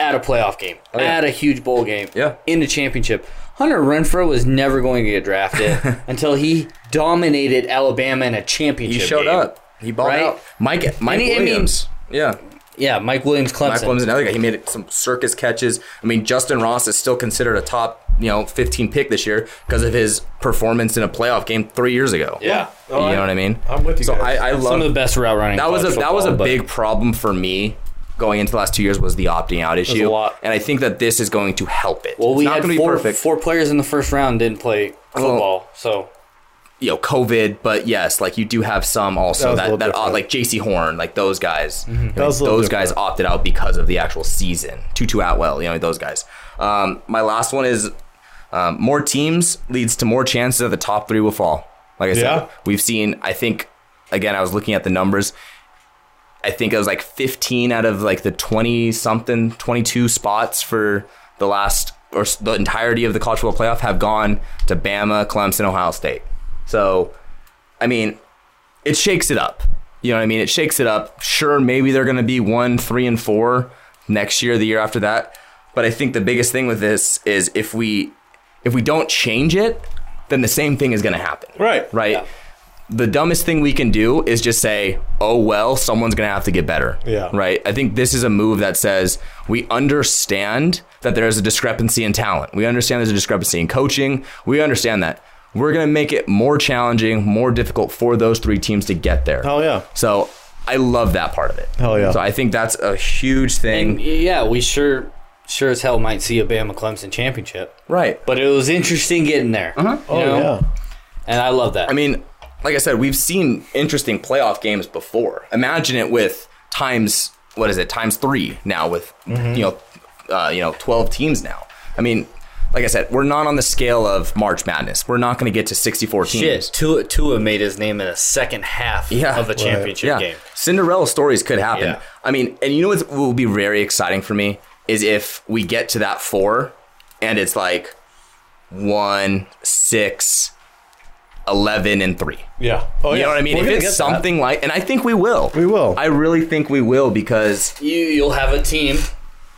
S6: at a playoff game,
S3: Mm-hmm. Oh, yeah.
S6: at a huge bowl game,
S3: Yeah.
S6: in a championship. Hunter Renfro was never going to get drafted until he dominated Alabama in a championship.
S3: he showed
S6: game.
S3: up he bought
S6: Right?
S3: out mike mike
S6: And he- I mean-
S3: williams yeah
S6: yeah, Mike Williams, Clemson.
S3: Mike Williams, another guy. He made some circus catches. I mean, Justin Ross is still considered a top, you know, 15 pick this year because of his performance in a playoff game three years ago.
S6: Yeah.
S3: you know what I mean.
S5: I'm with you
S3: So
S5: guys.
S3: I, I love
S6: Some of the best route running. in
S3: That was a
S6: college
S3: that was a
S6: football, but-
S3: big problem for me going into the last two years was the opting out issue.
S6: lot.
S3: And I think that this is going to help it.
S6: Well,
S3: it's
S6: we
S3: not
S6: had
S3: going to be
S6: four,
S3: perfect.
S6: four players in the first round didn't play football, so
S3: you know, COVID, but yes, like you do have some also
S5: was a
S3: that
S5: little
S3: that, uh,
S5: different. Mm-hmm.
S3: like JC Horn, like those guys. You know,
S5: was a little
S3: those guys
S5: different.
S3: opted out because of the actual season. Tutu Atwell, you know, those guys. Um, my last one is um, more teams leads to more chances that the top three will fall. Like I
S5: Yeah.
S3: said, we've seen. I think again, I was looking at the numbers. I think it was like 15 out of like the 20 something, 22 spots for the last or s- the entirety of the college football playoff have gone to Bama, Clemson, Ohio State. So, I mean, it shakes it up. You know what I mean? It shakes it up. Sure, maybe they're going to be one, three, and four next year, the year after that. But I think the biggest thing with this is if we if we don't change it, then the same thing is going to happen.
S5: Right.
S3: Right. The dumbest thing we can do is just say, "Oh well, someone's going to have to get better."
S5: Yeah.
S3: Right. I think this is a move that says we understand that there is a discrepancy in talent. We understand there's a discrepancy in coaching. We understand that. We're going to make it more challenging, more difficult for those three teams to get there.
S5: Hell yeah.
S3: So I love that part of it.
S5: Hell yeah.
S3: So I think that's a huge thing.
S6: and yeah, we sure sure as hell might see a Bama Clemson championship.
S3: right. But
S6: But it was interesting getting there.
S3: Uh-huh.
S5: Oh yeah.
S6: And I love that.
S3: I mean, like I said, we've seen interesting playoff games before. Imagine it with times what is it? Times 3 now with
S6: Mm-hmm.
S3: you know uh, you know 12 teams now. I mean, like I said, we're not on the scale of March Madness. We're not going to get to 64 teams.
S6: Shit, Tua, Tua made his name in the second half
S3: Yeah.
S6: of a
S3: Right.
S6: championship game.
S3: Cinderella stories could happen.
S6: Yeah.
S3: I mean, and you know what will be very exciting for me is if we get to that four and it's like one, six, 11, and three.
S5: Yeah. Oh,
S3: You
S5: yeah.
S3: know what I mean?
S5: We're gonna
S3: if
S5: get
S3: it's
S5: that.
S3: something like, and I think we will.
S5: We will.
S3: I really think we will because,
S6: You you'll have a team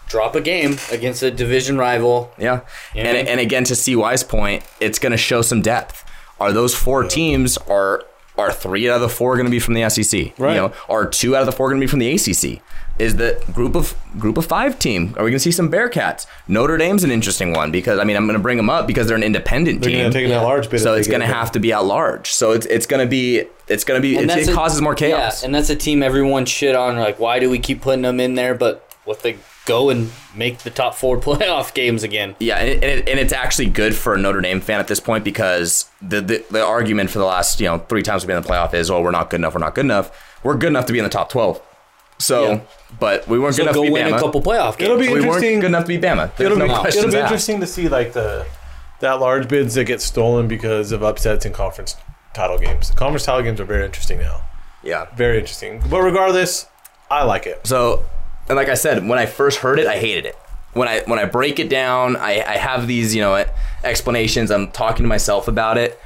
S6: drop a game against a division rival.
S3: yeah.
S6: Yeah.
S3: And, and again, to CY's point, it's going to show some depth. Are those four teams, are are three out of the four going to be from the SEC?
S5: Right.
S3: You know, are two out of the four going to be from the ACC? Is the group of group of five team? Are we going to see some Bearcats? Notre Dame's an interesting one because I mean I'm going to bring them up because they're an independent
S5: They're
S3: team.
S5: gonna take that large bit.
S3: so
S5: if they
S3: it's
S5: get
S3: going to
S5: there.
S3: have to be out large. So it's it's going to be it's going to be it's, it
S6: a-
S3: causes more chaos.
S6: Yeah, and that's a team everyone shit on. Like, why do we keep putting them in there? But what they go and make the top four playoff games again?
S3: Yeah, and, it, and, it, and it's actually good for a Notre Dame fan at this point because the, the the argument for the last you know three times we've been in the playoff is, oh, we're not good enough, we're not good enough. We're good enough to be in the top twelve. So,
S6: Yeah.
S3: but we weren't
S6: So
S3: good enough
S6: go
S3: to be
S6: win
S3: Bama.
S6: a couple playoff games.
S5: It'll be
S3: we weren't
S5: interesting.
S3: good enough to be Bama. There's
S5: It'll
S3: no
S5: be, it'll
S3: questions
S5: be
S3: asked.
S5: interesting to see like the that large bids that get stolen because of upsets in conference title games. Conference title games are very interesting now.
S3: Yeah.
S5: Very interesting. But regardless, I like it.
S3: So, and like I said, when I first heard it, I hated it. When I when I break it down, I, I have these you know explanations. I'm talking to myself about it.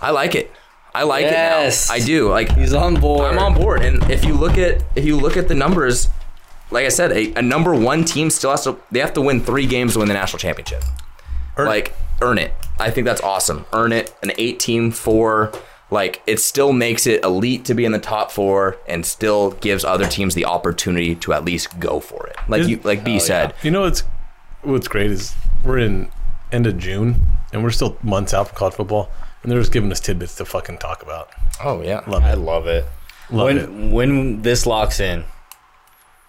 S3: I like it. I like
S6: Yes.
S3: it now. I do. Like
S6: He's on board.
S3: I'm on board. And if you look at if you look at the numbers, like I said, a, a number one team still has to they have to win three games to win the national championship. like earn it. I think that's awesome. Earn it. An eight team four. Like it still makes it elite to be in the top four and still gives other teams the opportunity to at least go for it. Like
S5: Is-
S3: you like B said.
S5: You know what's what's great is we're in end of June and we're still months out from college football and they're just giving us tidbits to fucking talk about.
S3: Oh yeah.
S5: Love
S6: I
S5: it.
S6: love it.
S5: Love
S6: when
S5: it.
S6: when this locks in,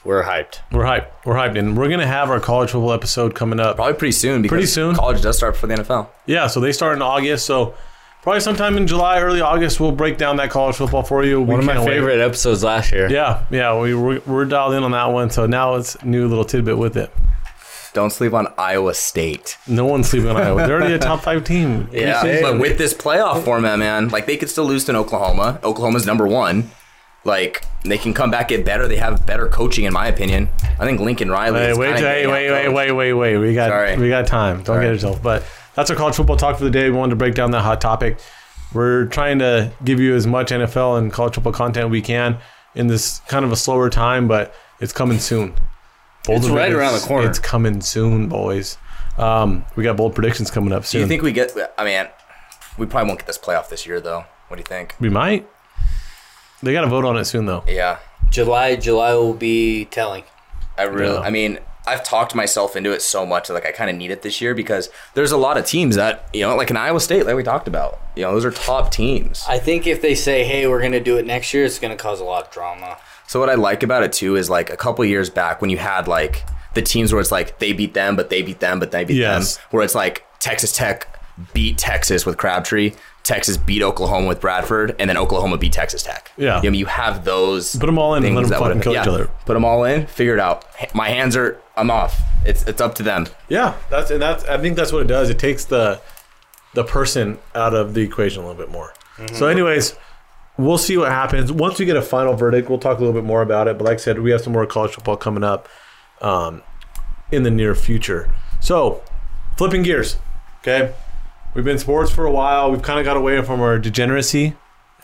S6: we're hyped.
S5: We're hyped. We're hyped and we're gonna have our college football episode coming up.
S3: Probably pretty soon because
S5: Pretty soon.
S3: college does start before the NFL.
S5: Yeah, so they start in August, so probably sometime in July, early August, we'll break down that college football for you.
S6: One of my favorite episodes last year.
S5: Yeah, yeah, we we're, we're dialed in on that one. So now it's new little tidbit with it.
S3: Don't sleep on Iowa State.
S5: No one's sleeping on Iowa. They're already a top five team.
S3: Yeah,
S5: Preseason.
S3: but with this playoff format, man, like they could still lose to an Oklahoma. Oklahoma's number one. Like they can come back, get better. They have better coaching, in my opinion. I think Lincoln Riley.
S5: Hey,
S3: is
S5: wait,
S3: kinda
S5: hey,
S3: getting
S5: wait, wait,
S3: outcoached.
S5: wait, wait, wait. We got
S3: Sorry.
S5: we got time. Don't get yourself. But that's our college football talk for the day. We wanted to break down that hot topic. We're trying to give you as much NFL and college football content we can in this kind of a slower time, but it's coming soon. Bold
S6: It's right
S5: predictions-
S6: around the corner.
S5: It's coming soon, boys. Um, we got bold predictions coming up
S3: Do
S5: soon.
S3: you think we get? I mean, we probably won't get this playoff this year, though. What do you think?
S5: we might? They got to vote on it soon, though.
S3: Yeah,
S6: July, July will be telling.
S3: I really,
S5: Yeah.
S3: I mean, I've talked myself into it so much. Like I kind of need it this year because there's a lot of teams that you know, like an Iowa State, like we talked about. You know, those are top teams.
S6: I think if they say, "Hey, we're gonna do it next year," it's gonna cause a lot of drama.
S3: So what I like about it too is like a couple years back when you had like the teams where it's like they beat them, but they beat them, but they beat
S5: Yes.
S3: them, where it's like Texas Tech beat Texas with Crabtree, Texas beat Oklahoma with Bradford, and then Oklahoma beat Texas Tech.
S5: Yeah.
S3: I mean, you have those.
S5: Put 'em all in and
S3: things
S5: let 'em
S3: that would've
S5: fucking
S3: been-
S5: kill each other.
S3: Put them all in, figure it out. H- My hands are, I'm off. It's it's up to them.
S5: Yeah, that's and that's. I think that's what it does. It takes the the person out of the equation a little bit more. So, anyways, we'll see what happens once we get a final verdict. We'll talk a little bit more about it. But like I said, we have some more college football coming up um, in the near future. So, flipping gears. Okay, we've been sports for a while. We've kind of got away from our degeneracy,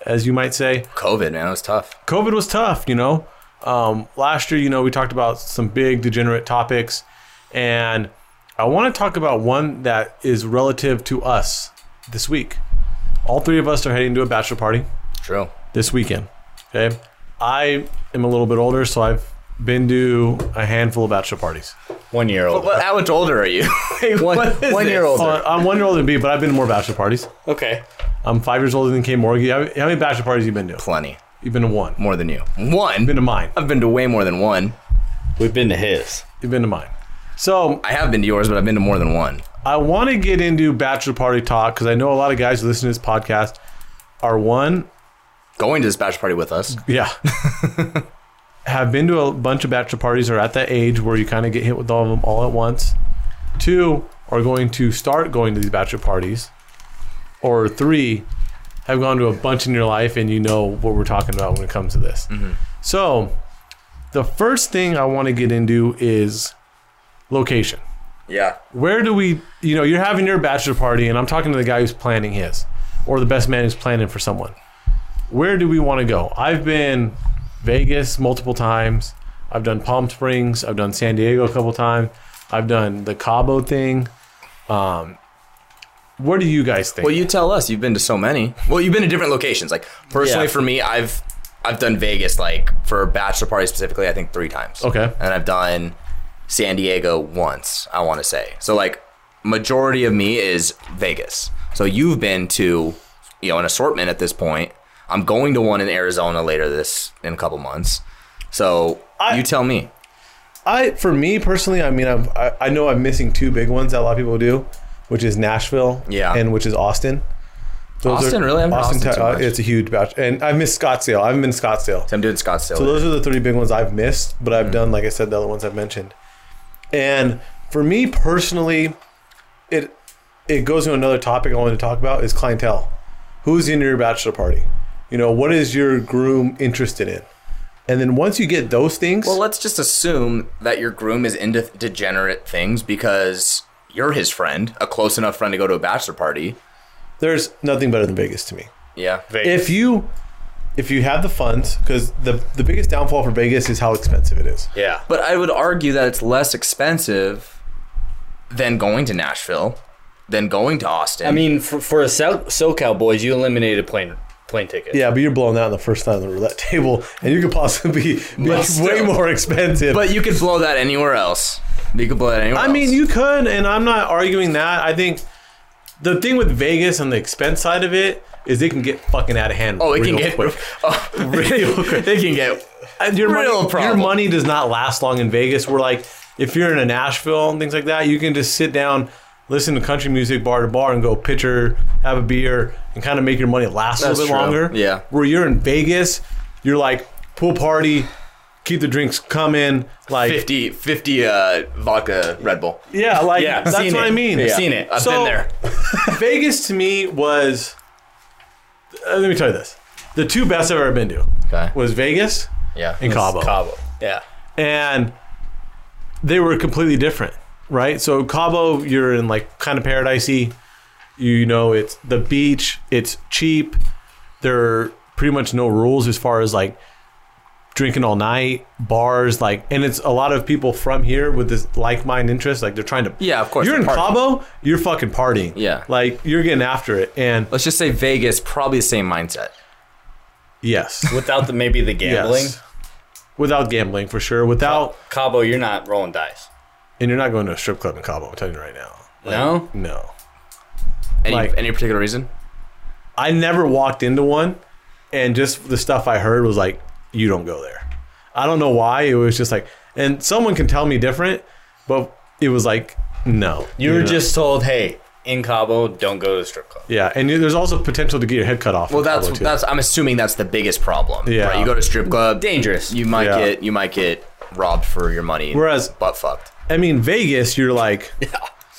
S5: as you might say.
S3: COVID, man, it was tough.
S5: COVID was tough, you know. Um, last year, you know, we talked about some big degenerate topics, and I want to talk about one that is relative to us this week. All three of us are heading to a bachelor party
S3: True.
S5: this weekend. Okay, I am a little bit older, so I've been to a handful of bachelor parties.
S6: One year old.
S3: But how much older are you? Like,
S6: One-
S3: what is
S6: one year
S3: this?
S6: old.
S5: Oh, I'm one year older than me, but I've been to more bachelor parties.
S6: Okay.
S5: I'm five years older than Kay Morgan. How how many bachelor parties you been to?
S3: Plenty.
S5: You've been to one.
S3: More than you. One.
S5: You've been to mine.
S3: I've been to way more than one.
S6: We've been to his.
S5: You've been to mine. So
S3: I have been to yours, but I've been to more than one.
S5: I want to get into bachelor party talk because I know a lot of guys who listen to this podcast are one,
S3: Going to this bachelor party with us.
S5: yeah, have been to a bunch of bachelor parties or at that age where you kind of get hit with all of them all at once. Two are going to start going to these bachelor parties, or three have gone to a bunch in your life and you know what we're talking about when it comes to this. So, the first thing I want to get into is location.
S3: Yeah.
S5: where do we you know you're having your bachelor party and i'm talking to the guy who's planning his or the best man who's planning for someone where do we want to go i've been vegas multiple times i've done palm springs i've done san diego a couple times i've done the cabo thing um what do you guys think
S3: Well, you tell us. You've been to so many. Well, you've been to different locations. Like personally,
S6: Yeah.
S3: for me, I've I've done Vegas like for a bachelor party specifically. I think three times.
S5: Okay.
S3: And I've done San Diego once. I want to say so. Like majority of me is Vegas. So you've been to you know an assortment at this point. I'm going to one in Arizona later this in a couple months. So
S5: I-
S3: you tell me.
S5: I for me personally, I mean, I've, I I know I'm missing two big ones that a lot of people do, which is Nashville,
S3: Yeah.
S5: and which is Austin. Those
S3: Austin, really? I haven't been
S5: Austin,
S3: to Austin
S5: Te-
S3: too
S5: uh,
S3: much.
S5: it's a huge batch, and I've missed Scottsdale. I haven't been to Scottsdale.
S3: I'm doing Scottsdale.
S5: So those are the three big ones I've missed, but
S3: Mm.
S5: I've done like I said the other ones I've mentioned. And for me personally, it it goes to another topic I wanted to talk about is clientele. Who's in your bachelor party? You know, what is your groom interested in? And then once you get those things,
S3: Well, let's just assume that your groom is into degenerate things because you're his friend, a close enough friend to go to a bachelor party.
S5: there's nothing better than Vegas to me.
S3: Yeah.
S5: if you if you have the funds because the the biggest downfall for vegas is how expensive it is
S6: Yeah.
S3: But I would argue that it's less expensive than going to Nashville, than going to Austin.
S6: I mean, for, for a Sou- SoCal boys, you eliminated plane plane tickets.
S5: yeah but you're blowing that on the first time on the roulette table and you could possibly be way
S3: still.
S5: more expensive
S3: but you could blow that anywhere else. You could blow that anywhere
S5: i
S3: else.
S5: mean you could and i'm not arguing that i think the thing with vegas on the expense side of it is it can get fucking out of hand
S3: Oh, it
S5: real
S3: can get.
S5: quick.
S3: Oh,
S5: Real quick.
S3: it can get.
S5: And your
S3: Real
S5: money,
S3: problem.
S5: Your money does not last long in Vegas. We're like, if you're in a Nashville and things like that, you can just sit down, listen to country music bar to bar, and go pitcher, have a beer, and kind of make your money last
S3: That's
S5: a little bit
S3: true.
S5: longer.
S3: Yeah.
S5: Where you're in Vegas, you're like pool party, keep the drinks coming, like
S3: 50, 50 uh, vodka Red Bull.
S5: yeah, like
S6: Yeah,
S5: that's
S6: seen
S5: what
S6: it.
S5: I mean.
S6: Yeah. Seen it.
S3: I've
S5: So-
S3: been there.
S5: Vegas to me was. uh, let me tell you this: the two best I've ever been to
S3: Okay.
S5: was Vegas
S3: Yeah.
S5: and Cabo.
S6: Cabo. Yeah.
S5: and they were completely different, right? So Cabo, you're in like kind of paradisey. You know, it's the beach. It's cheap. There are pretty much no rules as far as like drinking all night, bars, like, and it's a lot of people from here with this like mind interest. Like they're trying to.
S3: Yeah, of course,
S5: You're in
S3: they're partying.
S5: Cabo. You're fucking partying.
S3: Yeah.
S5: Like you're getting after it, and
S3: Let's just say Vegas, probably the same mindset.
S5: yes,
S6: Without the maybe the gambling.
S5: Yes. without gambling for sure. Without
S6: Cabo, you're not rolling dice.
S5: and you're not going to a strip club in Cabo. I'm telling you right now.
S6: No?
S5: No,
S3: Any,
S5: Like-
S3: any particular reason?
S5: I never walked into one, and just the stuff I heard was like, "You don't go there." I don't know why. It was just like, and someone can tell me different, but it was like, no,
S6: You were
S5: know?
S6: just told, hey, in Cabo, don't go to the strip club.
S5: yeah. And there's also potential to get your head cut off.
S3: Well,
S5: in
S3: that's
S5: Cabo, too.
S3: that's. I'm assuming that's the biggest problem.
S5: Yeah.
S3: Right? You go to strip club,
S6: Dangerous.
S3: you might
S5: Yeah.
S3: get you might get robbed for your money. and
S5: Whereas-
S3: butt fucked.
S5: I mean, Vegas, you're like,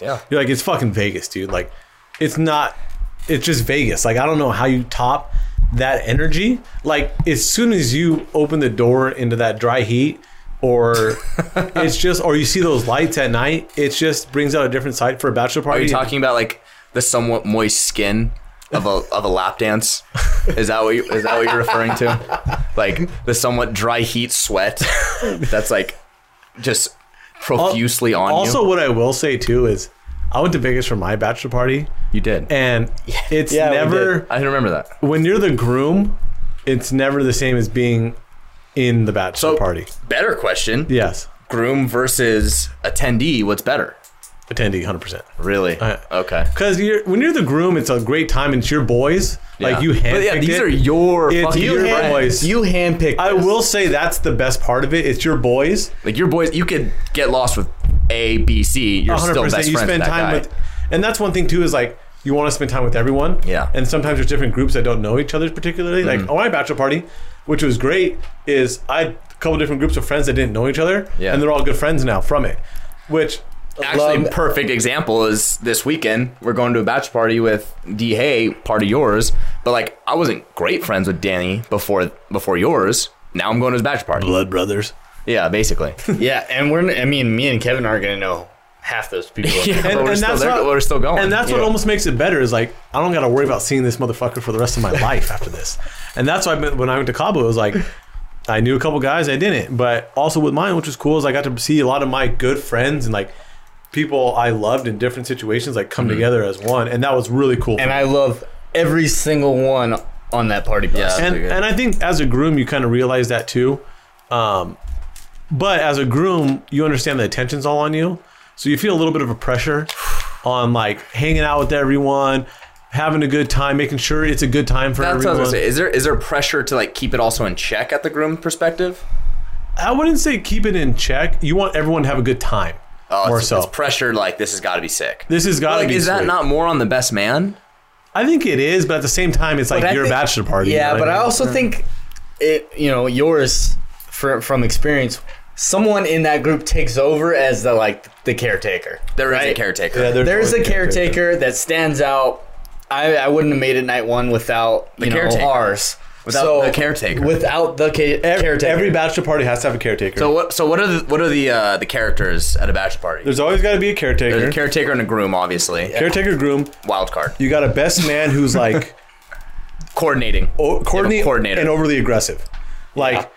S3: Yeah.
S5: you're like, it's fucking Vegas, dude. Like, it's not, it's just Vegas. Like, I don't know how you top that energy. Like, as soon as you open the door into that dry heat, or it's just, or you see those lights at night, it just brings out a different side for a bachelor
S3: Are
S5: party.
S3: you talking about like the somewhat moist skin of a of a lap dance? Is that what you, is that what you're referring to? Like the somewhat dry heat sweat that's like just profusely on
S5: also,
S3: you.
S5: what I will say too is, I went to Vegas for my bachelor party,
S3: You did.
S5: and it's
S2: Yeah, we
S5: never
S3: I remember that.
S5: when you're the groom, it's never the same as being in the bachelor
S3: So-
S5: party.
S3: Better question:
S5: Yes,
S3: groom versus attendee. What's better?
S5: attendee, hundred percent.
S3: Really?
S5: Uh,
S3: okay.
S5: Because you're when you're the groom, it's a great time. and It's your boys,
S3: Yeah.
S5: like you handpicked.
S3: But yeah, these
S5: it.
S3: are your
S5: It's
S3: fucking
S5: you
S3: friends.
S5: hand- boys.
S6: You handpicked.
S5: I
S6: this.
S5: will say that's the best part of it. It's your boys.
S3: Like your boys, you could get lost with A, B, C. You're still
S5: 100%.
S3: best
S5: you
S3: friends with
S5: spend
S3: that
S5: time
S3: guy.
S5: with, and that's one thing too is like you want to spend time with everyone.
S3: Yeah. Mm-hmm.
S5: And sometimes there's different groups that don't know each other particularly. Like oh, on my bachelor party, which was great, is I had a couple different groups of friends that didn't know each other,
S3: Yeah.
S5: and they're all good friends now from it. Which
S3: Actually,
S5: love-
S3: perfect example is this weekend. We're going to a bachelor party with D Hay, part of yours. But like, I wasn't great friends with Danny before before yours. Now I'm going to his bachelor party.
S5: blood brothers.
S3: Yeah, basically.
S6: Yeah, and we're. I mean, me and Kevin aren't gonna know half those people.
S3: Yeah.
S5: And,
S3: But we're
S5: and
S3: still
S5: that's
S3: there-
S5: what-
S3: we're still going.
S5: And that's what
S3: Yeah.
S5: almost makes it better is like I don't got to worry about seeing this motherfucker for the rest of my life after this. And that's why I meant when I went to Cabo, it was like I knew a couple guys I didn't, but also with mine, which was cool, is I got to see a lot of my good friends and like people I loved in different situations like
S3: Mm-hmm.
S5: come together as one, and that was really cool.
S6: And I love every single one on that party bus.
S3: Yeah.
S5: and
S3: Pretty good.
S5: and I think as a groom, you kind of realize that too. Um, but as a groom, you understand the attention's all on you, so you feel a little bit of a pressure on like hanging out with everyone, having a good time, making sure it's a good time for
S3: That's what I was
S5: everyone. I,
S3: gonna say. Is there is there pressure to like keep it also in check at the groom perspective?
S5: wouldn't say keep it in check. You want everyone to have a good time,
S3: Oh,
S5: more
S3: it's,
S5: so.
S3: it's pressure. Like this has got to be sick.
S5: this has got to
S3: like,
S5: be.
S3: is that
S5: sweet.
S3: not more on the best man?
S5: I think it is, but at the same time, it's like
S6: I
S5: your
S6: think-
S5: bachelor party. you
S6: Yeah,
S5: know what
S6: but I
S5: mean?
S6: also think it. You know, yours for, from experience. Someone in that group takes over as the like the caretaker.
S3: There is a
S6: Right.
S3: caretaker.
S5: Yeah, there's
S6: There's a
S5: always
S6: caretaker that stands out. I, I wouldn't have made it night one without you know
S3: caretaker.
S6: ours.
S3: Without the caretaker.
S6: Without the ca-
S5: Every,
S6: caretaker.
S5: every bachelor party has to have a caretaker.
S3: So what? So what are the what are the uh, the characters at a bachelor party?
S5: there's always got to be a caretaker.
S3: There's a caretaker and a groom, obviously.
S5: caretaker groom.
S3: Wild card.
S5: You got a best man who's like.
S3: Coordinating.
S5: o- coordinate
S3: coordinator.
S5: and overly aggressive. Like,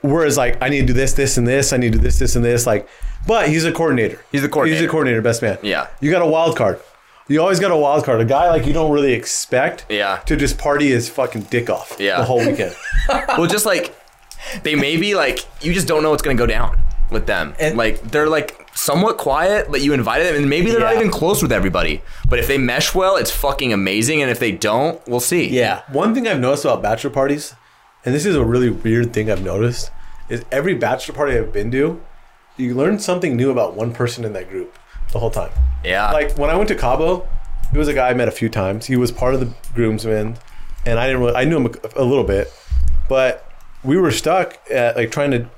S5: whereas like I need to do this, this, and this. I need to do this, this, and this. Like, but he's a coordinator.
S3: He's the coordinator.
S5: He's a coordinator, best man.
S3: Yeah.
S5: You got a wild card. You always got a wild card. A guy like you don't really expect.
S3: Yeah.
S5: To just party his fucking dick off.
S3: Yeah.
S5: The whole weekend.
S3: well, just like they may be like you just don't know what's gonna go down with them. like they're like somewhat quiet, but you invited them, and maybe they're not
S6: Yeah.
S3: even close with everybody. But if they mesh well, it's fucking amazing. And if they don't, we'll see.
S6: yeah.
S5: One thing I've noticed about bachelor parties, and this is a really weird thing I've noticed, is every bachelor party I've been to, you learn something new about one person in that group the whole time.
S3: Yeah.
S5: Like when I went to Cabo, it was a guy I met a few times. He was part of the groomsmen, and I didn't really I knew him a, a little bit, but we were stuck at like trying to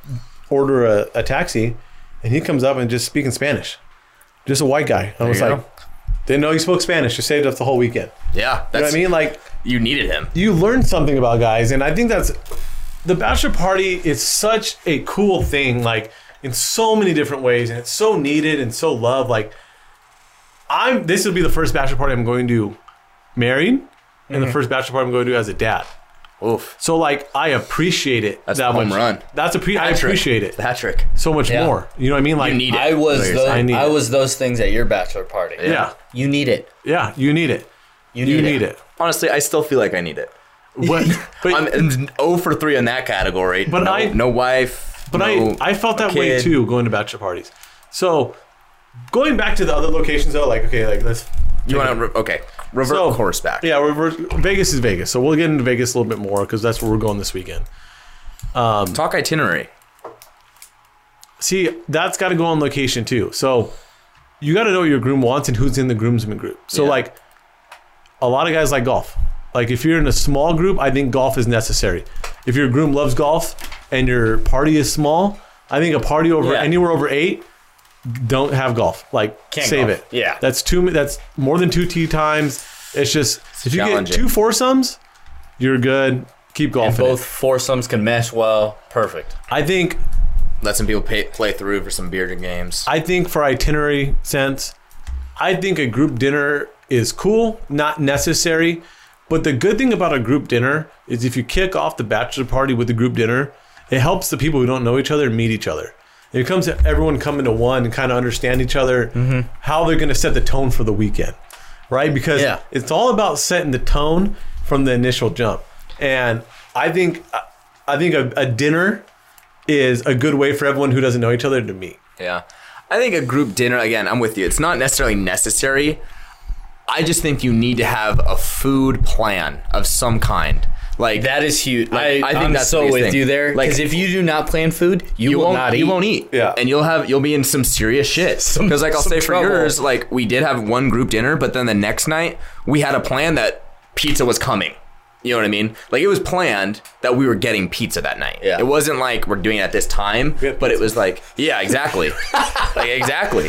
S5: order a, a taxi, and he comes up and just speaking Spanish, just a white guy. I was
S3: you
S5: like,
S3: go.
S5: didn't know he spoke Spanish. Just saved us the whole weekend.
S3: yeah.
S5: You know
S3: That's
S5: what I mean? Like
S3: You needed him.
S5: you learn something about guys and i think that's the bachelor party is such a cool thing like in so many different ways and it's so needed and so loved like i'm this will be the first bachelor party i'm going to married and the first bachelor party i'm going to as a dad
S3: Oof.
S5: so like i appreciate it
S3: That's a home
S5: much.
S3: run.
S5: that's a pre- i
S3: Patrick.
S5: appreciate it
S3: Patrick.
S5: so much
S6: Yeah.
S5: more you know what i mean like
S3: You need it.
S6: I was
S3: Like,
S6: those,
S5: I
S6: I,
S5: need it.
S6: was those things at your bachelor party.
S5: yeah
S6: You need it.
S5: yeah you need it
S6: You need,
S5: you need it
S3: Honestly, I still feel like I need it.
S5: what, but
S3: I'm, I'm 0 for 3 oh in that category.
S5: But
S3: no,
S5: I-
S3: no wife,
S5: But
S3: no
S5: I I felt that way
S3: kid.
S5: too going to bachelor parties. So going back to the other locations though, like okay, like let's
S3: You want to re- okay revert
S5: So-
S3: course back?
S5: Yeah, we're, we're- Vegas is Vegas, so we'll get into Vegas a little bit more because that's where we're going this weekend.
S3: Talk itinerary.
S5: See, that's got to go on location too. So you got to know what your groom wants and who's in the groomsmen group. So
S3: Yeah.
S5: like a lot of guys like golf. Like if you're in a small group, I think golf is necessary. If your groom loves golf and your party is small, I think a party over
S6: Yeah.
S5: anywhere over 8 don't have golf. Like
S6: Can't
S5: save
S6: golf.
S5: it.
S6: Yeah.
S5: That's too ma- that's more than 2 tee times. It's just if you get
S3: challenging.
S5: two foursomes, you're good. Keep
S6: And
S5: golfing. it.
S6: both foursomes can mesh well. Perfect.
S5: I think
S3: Let some people pay, play through for some bearded games.
S5: I think for itinerary sense, I think a group dinner is cool, not necessary. But the good thing about a group dinner is if you kick off the bachelor party with a group dinner, it helps the people who don't know each other meet each other. It comes to everyone coming to one and kind of understand each other, how they're going to set the tone for the weekend, right? Because
S6: Yeah.
S5: it's all about setting the tone from the initial jump. And I think, I think a, a dinner is a good way for everyone who doesn't know each other to meet.
S3: Yeah. I think a group dinner, again, I'm with you. It's not necessarily necessary. I just think you need to have a food plan of some kind. Like
S6: That is huge.
S3: Like,
S6: I,
S3: I think
S6: am
S3: that's the
S6: so
S3: biggest
S6: with
S3: thing.
S6: you there.
S3: Like-
S6: Because if you do not plan food, you, will
S3: won't,
S6: not eat.
S3: You won't eat.
S5: Yeah.
S3: And you'll have you'll be in some serious shit.
S6: Some-
S3: Because like I'll
S6: some
S3: say for
S6: trouble.
S3: yours, like we did have one group dinner, but then the next night we had a plan that pizza was coming. You know what I mean? Like it was planned that we were getting pizza that night.
S6: Yeah.
S3: It wasn't like we're doing it at this time,
S5: We have
S3: but it was like yeah, exactly, like exactly.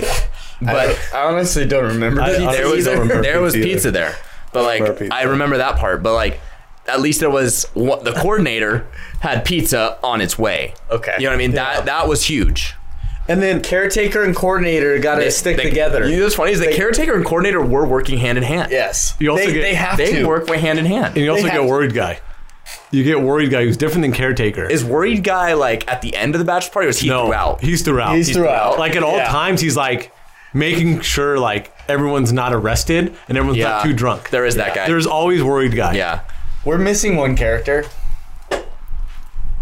S3: But
S6: I honestly don't remember.
S5: I-
S6: that.
S5: I
S3: there was
S5: don't remember
S3: there was
S5: pizza either.
S3: pizza there, but
S5: Or
S3: like
S5: pizza.
S3: I remember that part. But like at least there was what the coordinator had pizza on its way.
S6: Okay.
S3: you know what I mean? That that was huge.
S5: And then
S6: caretaker and coordinator got to stick
S3: They-
S6: together.
S3: You know what's funny is the caretator and coordinator were working hand in hand.
S6: yes,
S5: You also
S6: they,
S5: get-
S6: they have
S3: they
S6: to.
S3: work way hand in hand.
S5: And you also
S6: They
S5: get
S6: have to.
S5: worried guy. You get worried guy who's different than caretaker.
S3: Is worried guy like at the end of the bachelor party? Or is he
S5: no,
S3: throughout?
S5: he's throughout.
S6: He's throughout.
S5: Like at all
S6: Yeah.
S5: times, he's like making sure like everyone's not arrested and everyone's not
S3: Yeah.
S5: too drunk.
S3: There is that guy.
S5: There's always worried guy.
S3: yeah.
S6: We're missing one character.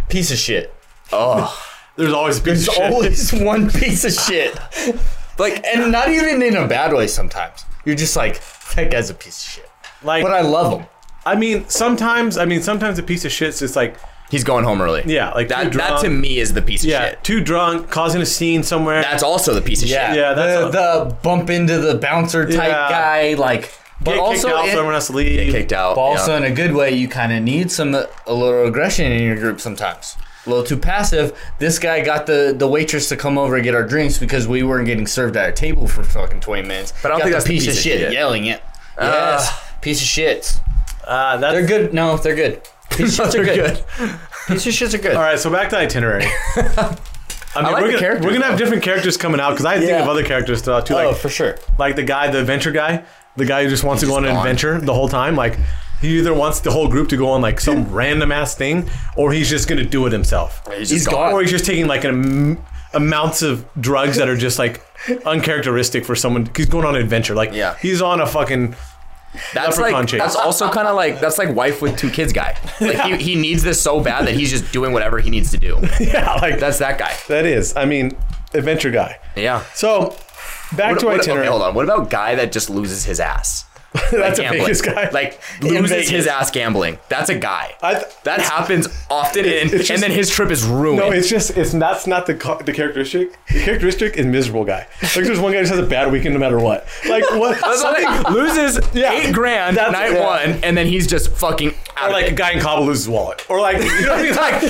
S6: Piece of shit.
S3: Oh,
S5: There's always a piece
S6: There's
S5: of shit.
S6: always one piece of shit.
S3: like
S6: And not even in a bad way sometimes. You're just like, that guy's a piece of shit.
S5: like
S6: But I love him.
S5: I mean, sometimes I mean sometimes a piece of shit's just like
S3: he's going home early.
S5: yeah, like too
S3: That that
S5: drunk.
S3: to me is the piece of
S5: yeah,
S3: shit.
S5: too drunk, causing a scene somewhere.
S3: That's also the piece of shit.
S5: Yeah,
S6: the,
S5: that's
S6: the bump into the bouncer type
S5: Yeah.
S6: guy, like, but
S5: get
S6: also,
S5: kicked out,
S6: in,
S5: so everyone has to leave.
S3: Kicked out.
S6: but also
S3: yeah.
S6: in a good way, you kind of need some uh, a little aggression in your group sometimes. A little too passive. This guy got the, the waitress to come over and get our drinks because we weren't getting served at our table for fucking twenty minutes. But
S3: I don't think that's the
S6: piece, of shit, yelling it.
S3: Ah.
S6: yes, piece of shit.
S5: Uh, that's,
S6: They're good. No, they're good. Piece of shits are
S3: They're
S6: good. Piece of shits are good.
S5: All right, so back to itinerary. I mean,
S3: like
S5: we're,
S3: the
S5: gonna,
S3: characters,
S5: we're gonna have
S3: though.
S5: different characters coming out because I think
S6: Yeah.
S5: of other characters throughout too. Like,
S6: oh, for sure.
S5: like the guy, the adventure guy, the guy who just wants to go
S3: just
S5: on an
S3: gone.
S5: adventure the whole time. Like he either wants the whole group to go on like some random ass thing, or he's just gonna do it himself,
S3: He's
S6: He's
S3: just gone.
S6: gone.
S5: or he's just taking like an am- amounts of drugs that are just like uncharacteristic for someone. He's going on an adventure, like
S3: Yeah.
S5: he's on a fucking
S3: That's
S5: Leprechaun
S3: like
S5: chase.
S3: that's also kind of like that's like wife with two kids guy. Like he, he needs this so bad that he's just doing whatever he needs to do.
S5: yeah, like
S3: That's that guy.
S5: that is. I mean, adventure guy.
S3: Yeah.
S5: So back to
S3: What- what-
S5: itinerary.
S3: okay, hold on. What about guy that just loses his ass?
S5: That's a
S3: gambling.
S5: Vegas guy.
S3: Like
S5: In
S3: loses
S5: Vegas.
S3: his ass gambling. That's a guy.
S5: I th-
S3: that happens often, and,
S5: it's just-
S3: and then his trip is ruined.
S5: No, it's just it's not, it's not the ca- the characteristic. The characteristic is miserable guy. Like there's one guy who just has a bad weekend no matter what. Like what?
S3: That's what I think. loses
S5: Yeah.
S3: eight grand
S5: That's-
S3: night
S5: yeah.
S3: one, and then he's just fucking out.
S5: or like a
S3: of it.
S5: guy in Kabul loses his wallet. Or like you know what I mean? Like,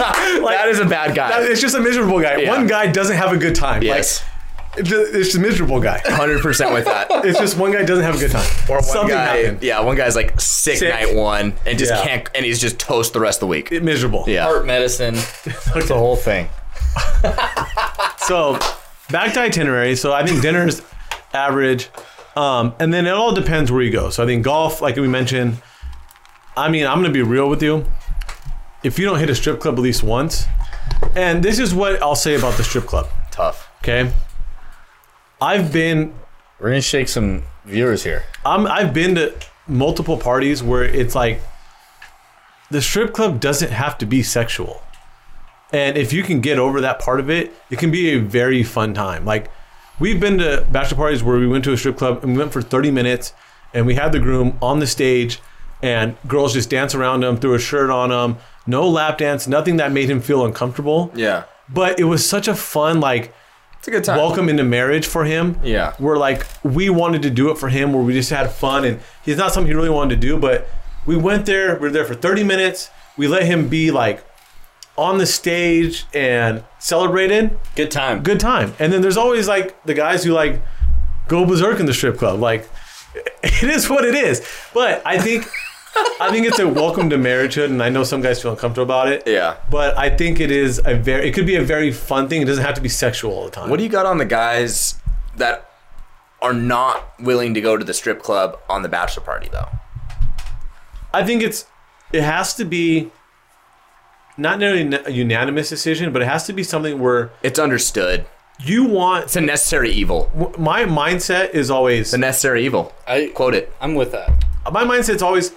S5: like-
S3: that is a bad guy.
S5: that- it's just a miserable guy.
S3: Yeah.
S5: One guy doesn't have a good time.
S3: yes,
S5: Like it's just- it's just a miserable guy.
S3: hundred percent with that.
S5: It's just one guy doesn't have a good time. Or
S3: One guy, yeah, one guy's like sick,
S5: Sick.
S3: night one, and just
S5: Yeah.
S3: can't, and he's just toast the rest of the week.
S5: Miserable.
S3: Yeah.
S6: Heart medicine. It's the whole thing.
S5: So back to itinerary. So I think dinner's average. Um, and then it all depends where you go. So I think golf, like we mentioned, I mean, I'm gonna be real with you. If you don't hit a strip club at least once, and this is what I'll say about the strip club.
S3: Tough.
S5: Okay. I've been
S6: We're gonna shake some viewers here.
S5: I'm I've been to multiple parties where it's like the strip club doesn't have to be sexual. And if you can get over that part of it, it can be a very fun time. Like we've been to bachelor parties where we went to a strip club and we went for 30 minutes and we had the groom on the stage and girls just dance around him, threw a shirt on him, no lap dance, nothing that made him feel uncomfortable.
S3: Yeah.
S5: But it was such a fun like
S3: It's a good time.
S5: welcome into marriage for him.
S3: Yeah.
S5: Where like we wanted to do it for him where we just had fun and he's not something he really wanted to do, but we went there, we were there for 30 minutes. We let him be like on the stage and celebrated.
S6: Good time.
S5: Good time. And then there's always like the guys who like go berserk in the strip club. Like it is what it is. But I think I think it's a welcome to marriagehood and I know some guys feel uncomfortable about it.
S3: Yeah.
S5: But I think it is a very it could be a very fun thing. It doesn't have to be sexual all the time.
S3: What do you got on the guys that are not willing to go to the strip club on the bachelor party though?
S5: I think it's it has to be not necessarily a unanimous decision, but it has to be something where
S3: It's understood.
S5: you want.
S3: It's a necessary evil.
S5: My mindset is always
S3: The necessary evil.
S6: I-
S3: quote it.
S6: I'm with that.
S5: my mindset's always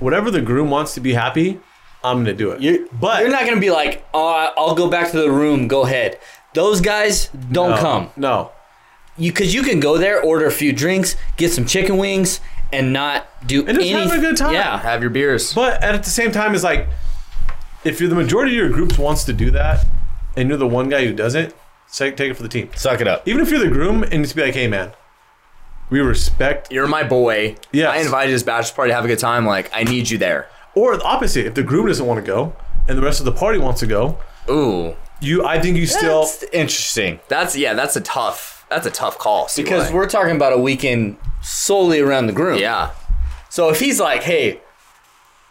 S5: whatever the groom wants to be happy. I'm gonna do it.
S6: You're,
S5: but
S6: you're not gonna be like, oh, I- I'll go back to the room. Go ahead. Those guys don't
S5: no,
S6: come
S5: No,
S6: because you, can go there, order a few drinks, get some chicken wings, and not do
S5: And just have a
S6: any-
S5: good time.
S6: Yeah,
S3: Have your beers.
S5: but at the same time, it's like if you're the majority of your groups wants to do that, and you're the one guy who doesn't, take take it for the team.
S6: suck it up.
S5: Even if you're the groom, and just be like, hey man, we respect
S3: You're my boy.
S5: Yes.
S3: I invited you to this bachelor party to have a good time. Like, I need you there.
S5: Or the opposite, if the groom doesn't want to go and the rest of the party wants to go,
S3: Ooh.
S5: you I think you still
S6: interesting
S3: That's yeah, that's a tough that's a tough call. CY.
S6: because we're talking about a weekend solely around the groom.
S3: Yeah.
S6: So if he's like, hey,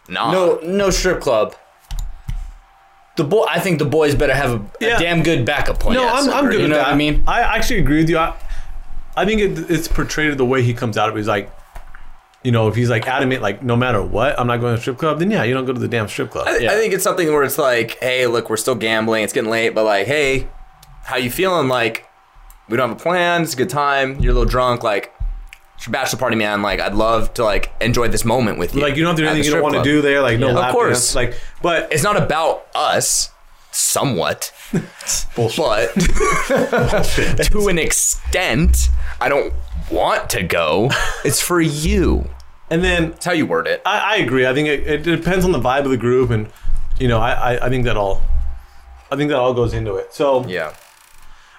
S3: Nah.
S6: no, no strip club. The boy, I think the boys better have a, a
S5: Yeah.
S6: damn good backup plan.
S5: No, I'm, I'm good
S6: You
S5: with
S6: know
S5: that.
S6: what I mean?
S5: I actually agree with you. I, I think it, it's portrayed the way he comes out of it. He's like, you know, if he's like adamant, like, no matter what, I'm not going to the strip club, then yeah, you don't go to the damn strip club.
S3: I, I think it's something where it's like, hey, look, we're still gambling. It's getting late, but like, hey, how you feeling? Like, we don't have a plan. It's a good time. You're a little drunk. Like, it's your bachelor party, man. Like, I'd love to like enjoy this moment with you.
S5: like, you don't have to do
S3: at the
S5: anything you don't
S3: strip
S5: want to
S3: club.
S5: do there, like, no
S3: Of
S5: lap dance,
S3: course.
S5: Like, but
S3: It's not about us, somewhat,
S5: bullshit.
S3: but to an extent, I don't want to go. It's for you.
S5: And then
S3: That's how you word it.
S5: I, I agree. I think it, it depends on the vibe of the group. And, you know, I, I, I think that all. I think that all goes into it. So
S3: yeah.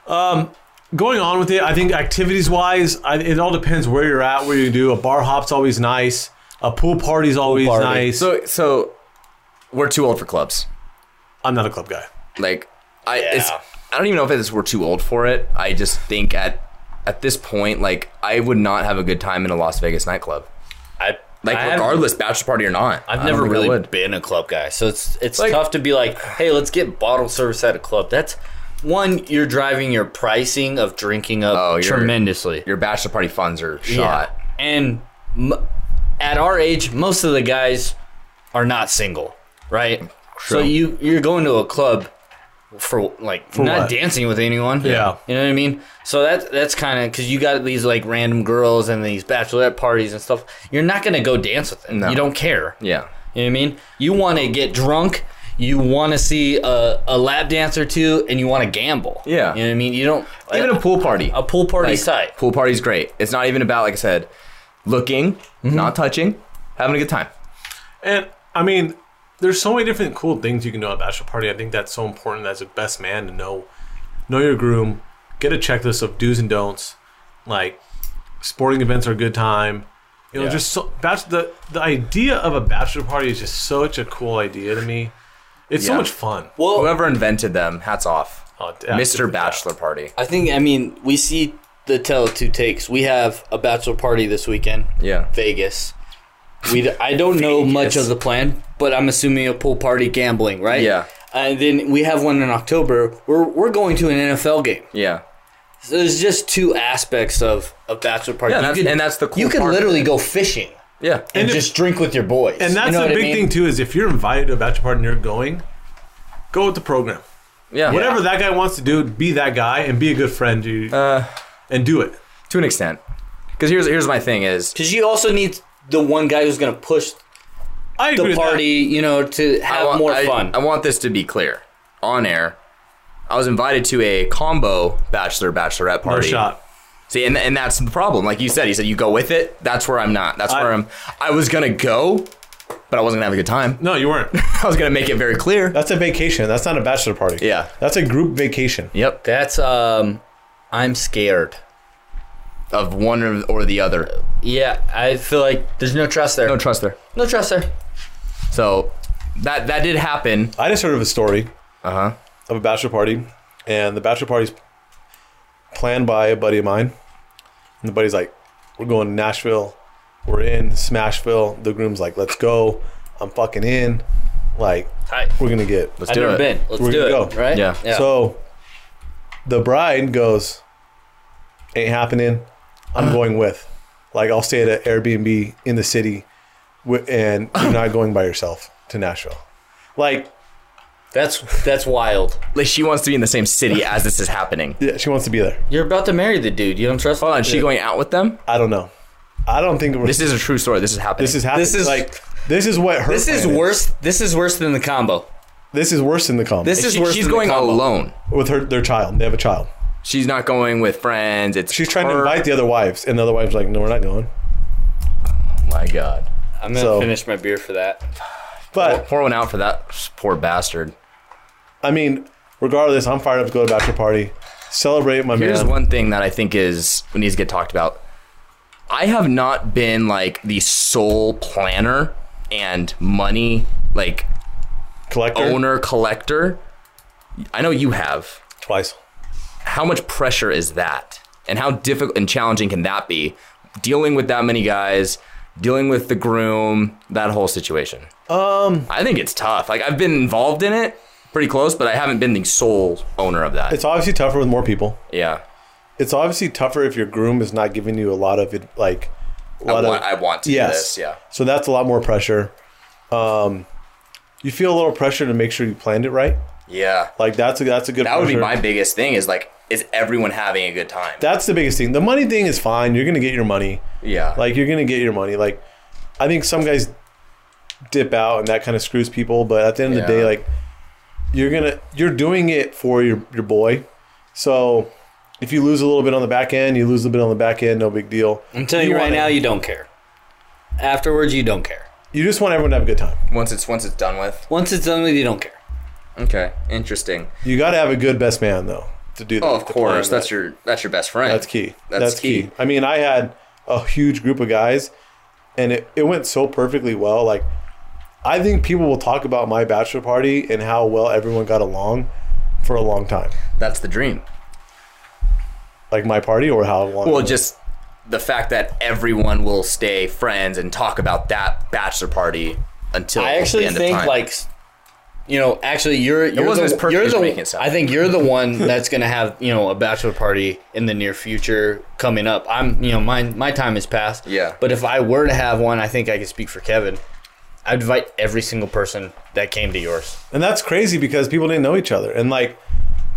S5: going on with it, I think activities wise, I, it all depends where you're at, where you do. A bar hop's always nice. A pool party's always
S6: party.
S5: nice.
S3: So, so we're too old for clubs.
S5: I'm not a club guy.
S3: Like I it's I don't even know if it's we're too old for it. I just think at at this point, like I would not have a good time in a Las Vegas nightclub.
S6: I
S3: Like
S6: I haven't-
S3: regardless, bachelor party or not. I
S6: I've
S3: don't
S6: never
S3: think I
S6: really
S3: would.
S6: been a club guy, so it's it's
S3: Like-
S6: tough to be like, hey, let's get bottle service at a club. That's one, you're driving your pricing of drinking up
S3: Oh, you're-
S6: tremendously.
S3: Your bachelor party funds are
S6: Yeah.
S3: shot.
S6: and m- at our age, most of the guys are not single, right? So you you're going to a club for like not
S5: what?
S6: dancing with anyone.
S5: Yeah.
S6: you know what I mean. So that that's kind of because you got these like random girls and these bachelorette parties and stuff. You're not gonna go dance with them.
S3: No.
S6: You don't care.
S3: Yeah.
S6: You know what I mean? You want to get drunk. You want to see a, a lap dance or two, and you want to gamble.
S3: Yeah.
S6: You know what I mean? You don't
S3: Even a pool party.
S6: a pool party
S3: Like,
S6: site.
S3: Pool party's great. It's not even about, like I said, looking,
S6: Mm-hmm.
S3: not touching, having a good time.
S5: And I mean, there's so many different cool things you can do at a bachelor party. I think that's so important as a best man to know know your groom, get a checklist of do's and don'ts. Like sporting events are a good time. You know, just so bachelor, the the idea of a bachelor party is just such a cool idea to me. It's so
S3: Yeah.
S5: much fun.
S6: Well,
S3: Whoever invented them, hats off.
S5: Oh, yeah,
S3: Mr.
S5: good
S3: Bachelor Party.
S6: I think I mean we see the tale of two takes. We have a bachelor party this weekend.
S3: Yeah.
S6: Vegas. We d- I don't know much of the plan, but I'm assuming a pool party gambling, right?
S3: Yeah.
S6: And then we have one in October. We're we're going to an NFL game.
S3: Yeah.
S6: So there's just two aspects of a bachelor party.
S3: Yeah,
S6: You
S3: that's-
S6: could-
S3: and that's the cool
S6: You could
S3: part of
S6: literally go fishing
S3: Yeah.
S6: and,
S5: if-
S6: just drink with your boys.
S5: And that's
S6: you know
S5: the
S6: what I
S5: big
S6: mean?
S5: thing too is if you're invited to a bachelor party and you're going, go with the program.
S3: yeah.
S5: Whatever that guy wants to do, be that guy and be a good friend dude, and do it.
S3: To an extent. Because here's here's my thing is
S6: Because you also need the one guy who's going to push
S5: I agree
S6: the
S5: with that.
S6: party, you know, to have
S3: I want-
S6: more
S3: I-
S6: fun.
S3: I want this to be clear. on air, I was invited to a combo bachelor bachelorette
S5: No
S3: party.
S5: shot.
S3: See, and, and that's the problem. Like you said, he said you go with it. That's where I'm not. That's
S5: I-
S3: where I'm. I was gonna go, but I wasn't gonna have a good time.
S5: No, you weren't.
S3: I was gonna make it very clear.
S5: That's a vacation. That's not a bachelor party.
S3: Yeah.
S5: That's a group vacation.
S3: yep,
S6: That's um, I'm scared.
S3: of one or- or the other.
S6: Yeah, I feel like there's no trust there.
S3: Don't trust her.
S6: no trust there.
S3: So that that did happen.
S5: I just heard of a story
S6: Uh-huh.
S3: Uh huh.
S5: of a bachelor party, and the bachelor party's planned by a buddy of mine. And the buddy's like, "We're going to Nashville. We're in Smashville." The groom's like, "Let's go. I'm fucking in. Like,
S6: Hi.
S5: we're gonna get."
S3: Let's
S6: I've
S3: do
S6: never
S3: it.
S6: been. Let's
S5: We're
S6: do it.
S5: gonna go.
S6: Right?
S3: Yeah.
S5: So the bride goes, "Ain't happening.
S6: Uh-huh.
S5: I'm going with. Like, I'll stay at an Airbnb in the city, wi- and you're not going by yourself to Nashville." Like,
S6: That's that's wild.
S3: Like she wants to be in the same city as this is happening.
S5: yeah, she wants to be there.
S6: You're about to marry the dude. You don't trust.
S3: Hold on, is she going out with them?
S5: I don't know. I don't think we're
S3: This is a true story. This is happening.
S5: This is happening.
S6: This is-
S5: like this is what her.
S6: This is
S5: plan
S6: worse. This is worse than the combo.
S5: This is worse than the comp.
S6: This is
S3: She-
S6: worse.
S3: she's
S6: than the
S3: going
S6: combo.
S3: alone.
S5: with her their child. They have a child.
S3: She's not going with friends. It's
S5: She's trying to
S3: her-
S5: invite the other wives, and the other wives like, no, we're not going.
S3: My God,
S6: I'm gonna
S5: So-
S6: finish my beer for that.
S5: But
S3: pour one out for that poor bastard.
S5: I mean, regardless, I'm fired up to go to a bachelor party, celebrate my
S3: Here's
S5: man.
S3: one thing that I think is needs to get talked about. I have not been like the sole planner and money like
S5: collector
S3: owner collector. I know you have.
S5: twice.
S3: How much pressure is that? And how difficult and challenging can that be? Dealing with that many guys, dealing with the groom, that whole situation. Um I think it's tough. Like I've been involved in it pretty close, but I haven't been the sole owner of that.
S5: It's obviously tougher with more people.
S3: yeah.
S5: It's obviously tougher if your groom is not giving you a lot of it, like a
S3: I
S5: lot
S3: want,
S5: of
S3: I want to do this, yeah.
S5: So that's a lot more pressure. Um, you feel a little pressure to make sure you planned it right.
S3: Yeah.
S5: Like that's a, that's a good.
S3: That would be
S5: pressure.
S3: my biggest thing is like, is everyone having a good time?
S5: That's the biggest thing. The money thing is fine. You're gonna get your money.
S3: yeah.
S5: Like you're gonna get your money. Like I think some guys dip out and that kind of screws people. But at the end of the
S3: Yeah.
S5: day, like you're gonna you're doing it for your your boy. So if you lose a little bit on the back end, you lose a bit on the back end. No big deal.
S3: Mm.
S6: I'm telling you, right
S5: wanna-
S6: now, you don't care. Afterwards, you don't care.
S5: you just want everyone to have a good time.
S3: once it's once it's done with.
S6: Once it's done with, you don't care.
S3: Okay. Interesting.
S5: You got to have a good best man though to do that.
S3: Oh, of
S5: to plan
S3: course.
S5: that.
S3: That's your that's your best friend.
S5: That's key.
S3: That's, key.
S5: I mean, I had a huge group of guys, and it, it went so perfectly well. Like, I think people will talk about my bachelor party and how well everyone got along for a long time.
S3: That's the dream.
S5: Like my party, or how long?
S3: Well, just the fact that everyone will stay friends and talk about that bachelor party until
S6: I actually
S3: the end of
S6: think
S3: time.
S6: like, you know, actually you're you're
S3: wasn't
S6: the,
S3: as perfect
S6: you're
S3: as
S6: the,
S3: making it sound.
S6: I think you're the one that's gonna have you know a bachelor party in the near future coming up. I'm you know mine my time is past.
S3: Yeah.
S6: But if I were to have one, I think I could speak for Kevin. I'd invite every single person that came to yours.
S5: and that's crazy because people didn't know each other, and like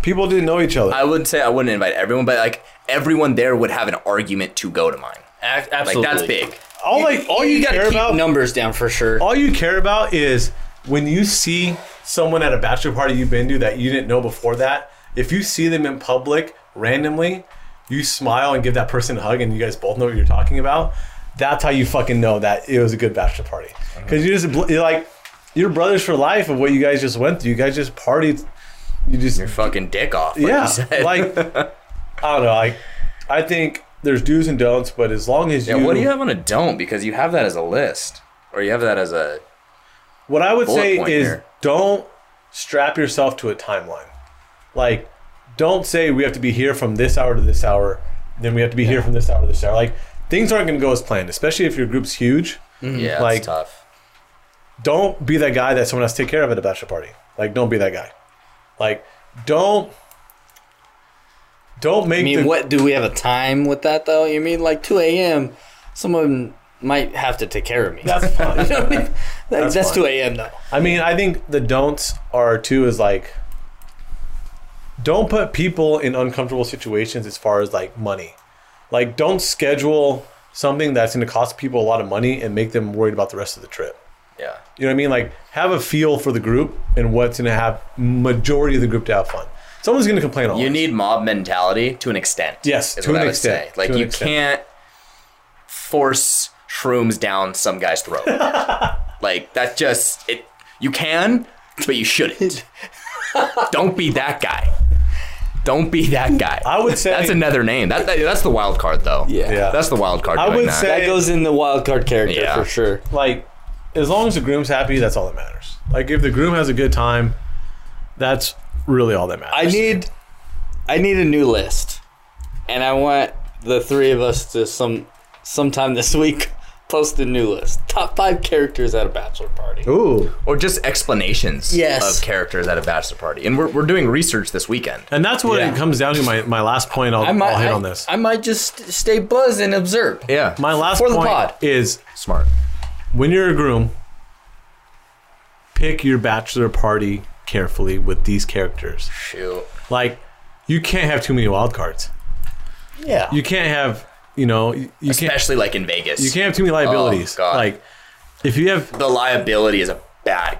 S5: people didn't know each other.
S3: I would say I wouldn't invite everyone, but like everyone there would have an argument to go to mine.
S6: A-
S3: Like
S6: absolutely,
S3: that's big.
S5: all like all you,
S6: You gotta
S5: care
S6: keep
S5: about,
S6: numbers down for sure.
S5: all you care about is when you see someone at a bachelor party you've been to that you didn't know before that. If you see them in public randomly, you smile and give that person a hug, and you guys both know what you're talking about. That's how you fucking know that it was a good bachelor party
S3: Uh-huh.
S5: because you just bl- you're like you're brothers for life of what you guys just went through. You guys just partied. You just
S3: Fucking dick off. Like You
S5: yeah,
S3: said.
S5: like I don't know. Like I think there's do's and don'ts, but as long as
S3: Yeah,
S5: you,
S3: what do you have on a don't? Because you have that as a list, or you have that as a
S5: What I would
S3: bullet
S5: say
S3: point
S5: is
S3: here.
S5: don't strap yourself to a timeline. Like, don't say we have to be here from this hour to this hour, then we have to be here from this hour to this hour. Like, things aren't going to go as planned, especially if your group's huge.
S3: yeah.
S5: Mm-hmm. Like-
S3: it's tough.
S5: Don't be that guy that someone has to take care of at a bachelor party. Like, don't be that guy. Like, don't. Don't make
S6: I mean,
S5: the,
S6: what do we have a time with that though? You mean like 2 a.m. Someone might have to take care of me.
S5: That's fine.
S6: You know what I mean? Like, that's,
S5: fine.
S6: 2 a.m. though.
S5: I mean, I think the don'ts are too is like don't put people in uncomfortable situations as far as like money. Like don't schedule something that's going to cost people a lot of money and make them worried about the rest of the trip.
S3: Yeah.
S5: You know what I mean? Like have a feel for the group and what's going to have majority of the group to have fun. Someone's going to complain all
S3: You
S5: this.
S3: need mob mentality to an extent.
S5: Yes,
S3: is
S5: to
S3: what
S5: an
S3: I would
S5: extent,
S3: say. Like
S5: to an
S3: you
S5: extent.
S3: can't force shrooms down some guy's throat. like that just it. You can, but you shouldn't. Don't be that guy. Don't be that guy.
S5: I would say-
S3: that's another name. That, that- that's the wild card though.
S6: Yeah.
S5: Yeah.
S3: that's the wild card.
S5: I
S3: doing
S5: would
S3: that.
S5: say-
S6: That goes in the wild card character
S3: Yeah.
S6: for sure.
S5: like as long as the groom's happy, that's all that matters. Like if the groom has a good time, that's really all that matters.
S6: I need, I need a new list, and I want the three of us to some sometime this week post a new list. Top five characters at a bachelor party.
S5: Ooh.
S3: or just explanations
S6: Yes.
S3: of characters at a bachelor party. And we're, we're doing research this weekend.
S5: And that's what
S6: Yeah.
S5: it comes down to. My, my last point, I'll,
S6: I might
S5: I'll hit
S6: I-
S5: on this.
S6: I might just stay buzzed and observe.
S3: Yeah,
S5: my last
S6: for the
S5: point
S6: pod.
S5: is
S3: smart.
S5: when you're a groom, pick your bachelor party carefully with these characters.
S3: Shoot.
S5: Like, you can't have too many wild cards.
S6: Yeah.
S5: You can't have, you know, you, you can't
S3: Especially like in Vegas.
S5: you can't have too
S6: Oh,
S5: many liabilities.
S3: God.
S5: like, if you have,
S3: the liability is a bad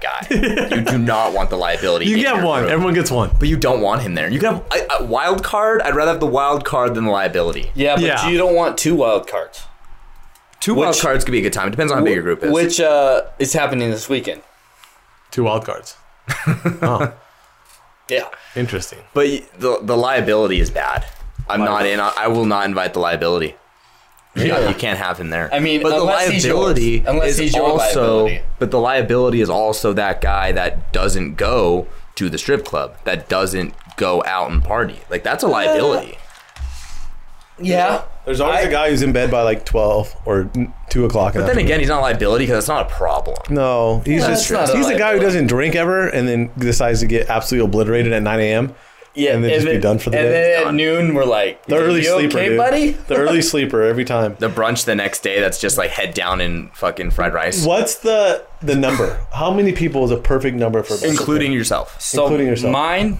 S3: guy. you do not want the liability.
S5: you
S3: in
S5: get
S3: your
S5: one.
S3: group.
S5: Everyone gets one.
S3: but you don't want him there. You can have I, I, wild card. I'd rather have the wild card than the liability.
S6: yeah, but
S5: Yeah.
S6: you don't want two wild cards.
S3: Two wild cards could be a good time. It depends on how big your group is.
S6: Which uh, is happening this weekend.
S5: Two wild cards.
S6: Yeah.
S5: Interesting.
S3: but y- the the liability is bad. I'm not in. I, I will not invite the liability. You, you can't have him there.
S6: I mean,
S3: but the
S6: unless he's yours.
S3: liability
S6: Unless
S3: is
S6: he's your
S3: also.
S6: liability.
S3: But the liability is also that guy that doesn't go to the strip club, that doesn't go out and party. Like that's a liability.
S6: Yeah.
S5: There's always a guy who's in bed by like twelve or two o'clock.
S3: But then again, he's not a liability because that's not a problem.
S5: No, he's
S6: that's
S5: just
S6: not a
S5: he's a guy who
S6: liability.
S5: doesn't drink ever, and then decides to get absolutely obliterated at 9 a.m.
S6: Yeah.
S5: And then just be done for the
S6: and
S5: day.
S6: then at
S3: Done.
S6: noon we're like,
S5: The early
S6: you
S5: sleeper,
S6: okay,
S5: dude.
S6: buddy?
S5: The early sleeper every time.
S3: The brunch the next day that's just like head down in fucking fried rice,
S5: What's the the number? How many people is a perfect number for a bachelor
S3: including yourself.
S6: So
S5: Including yourself.
S6: Mine,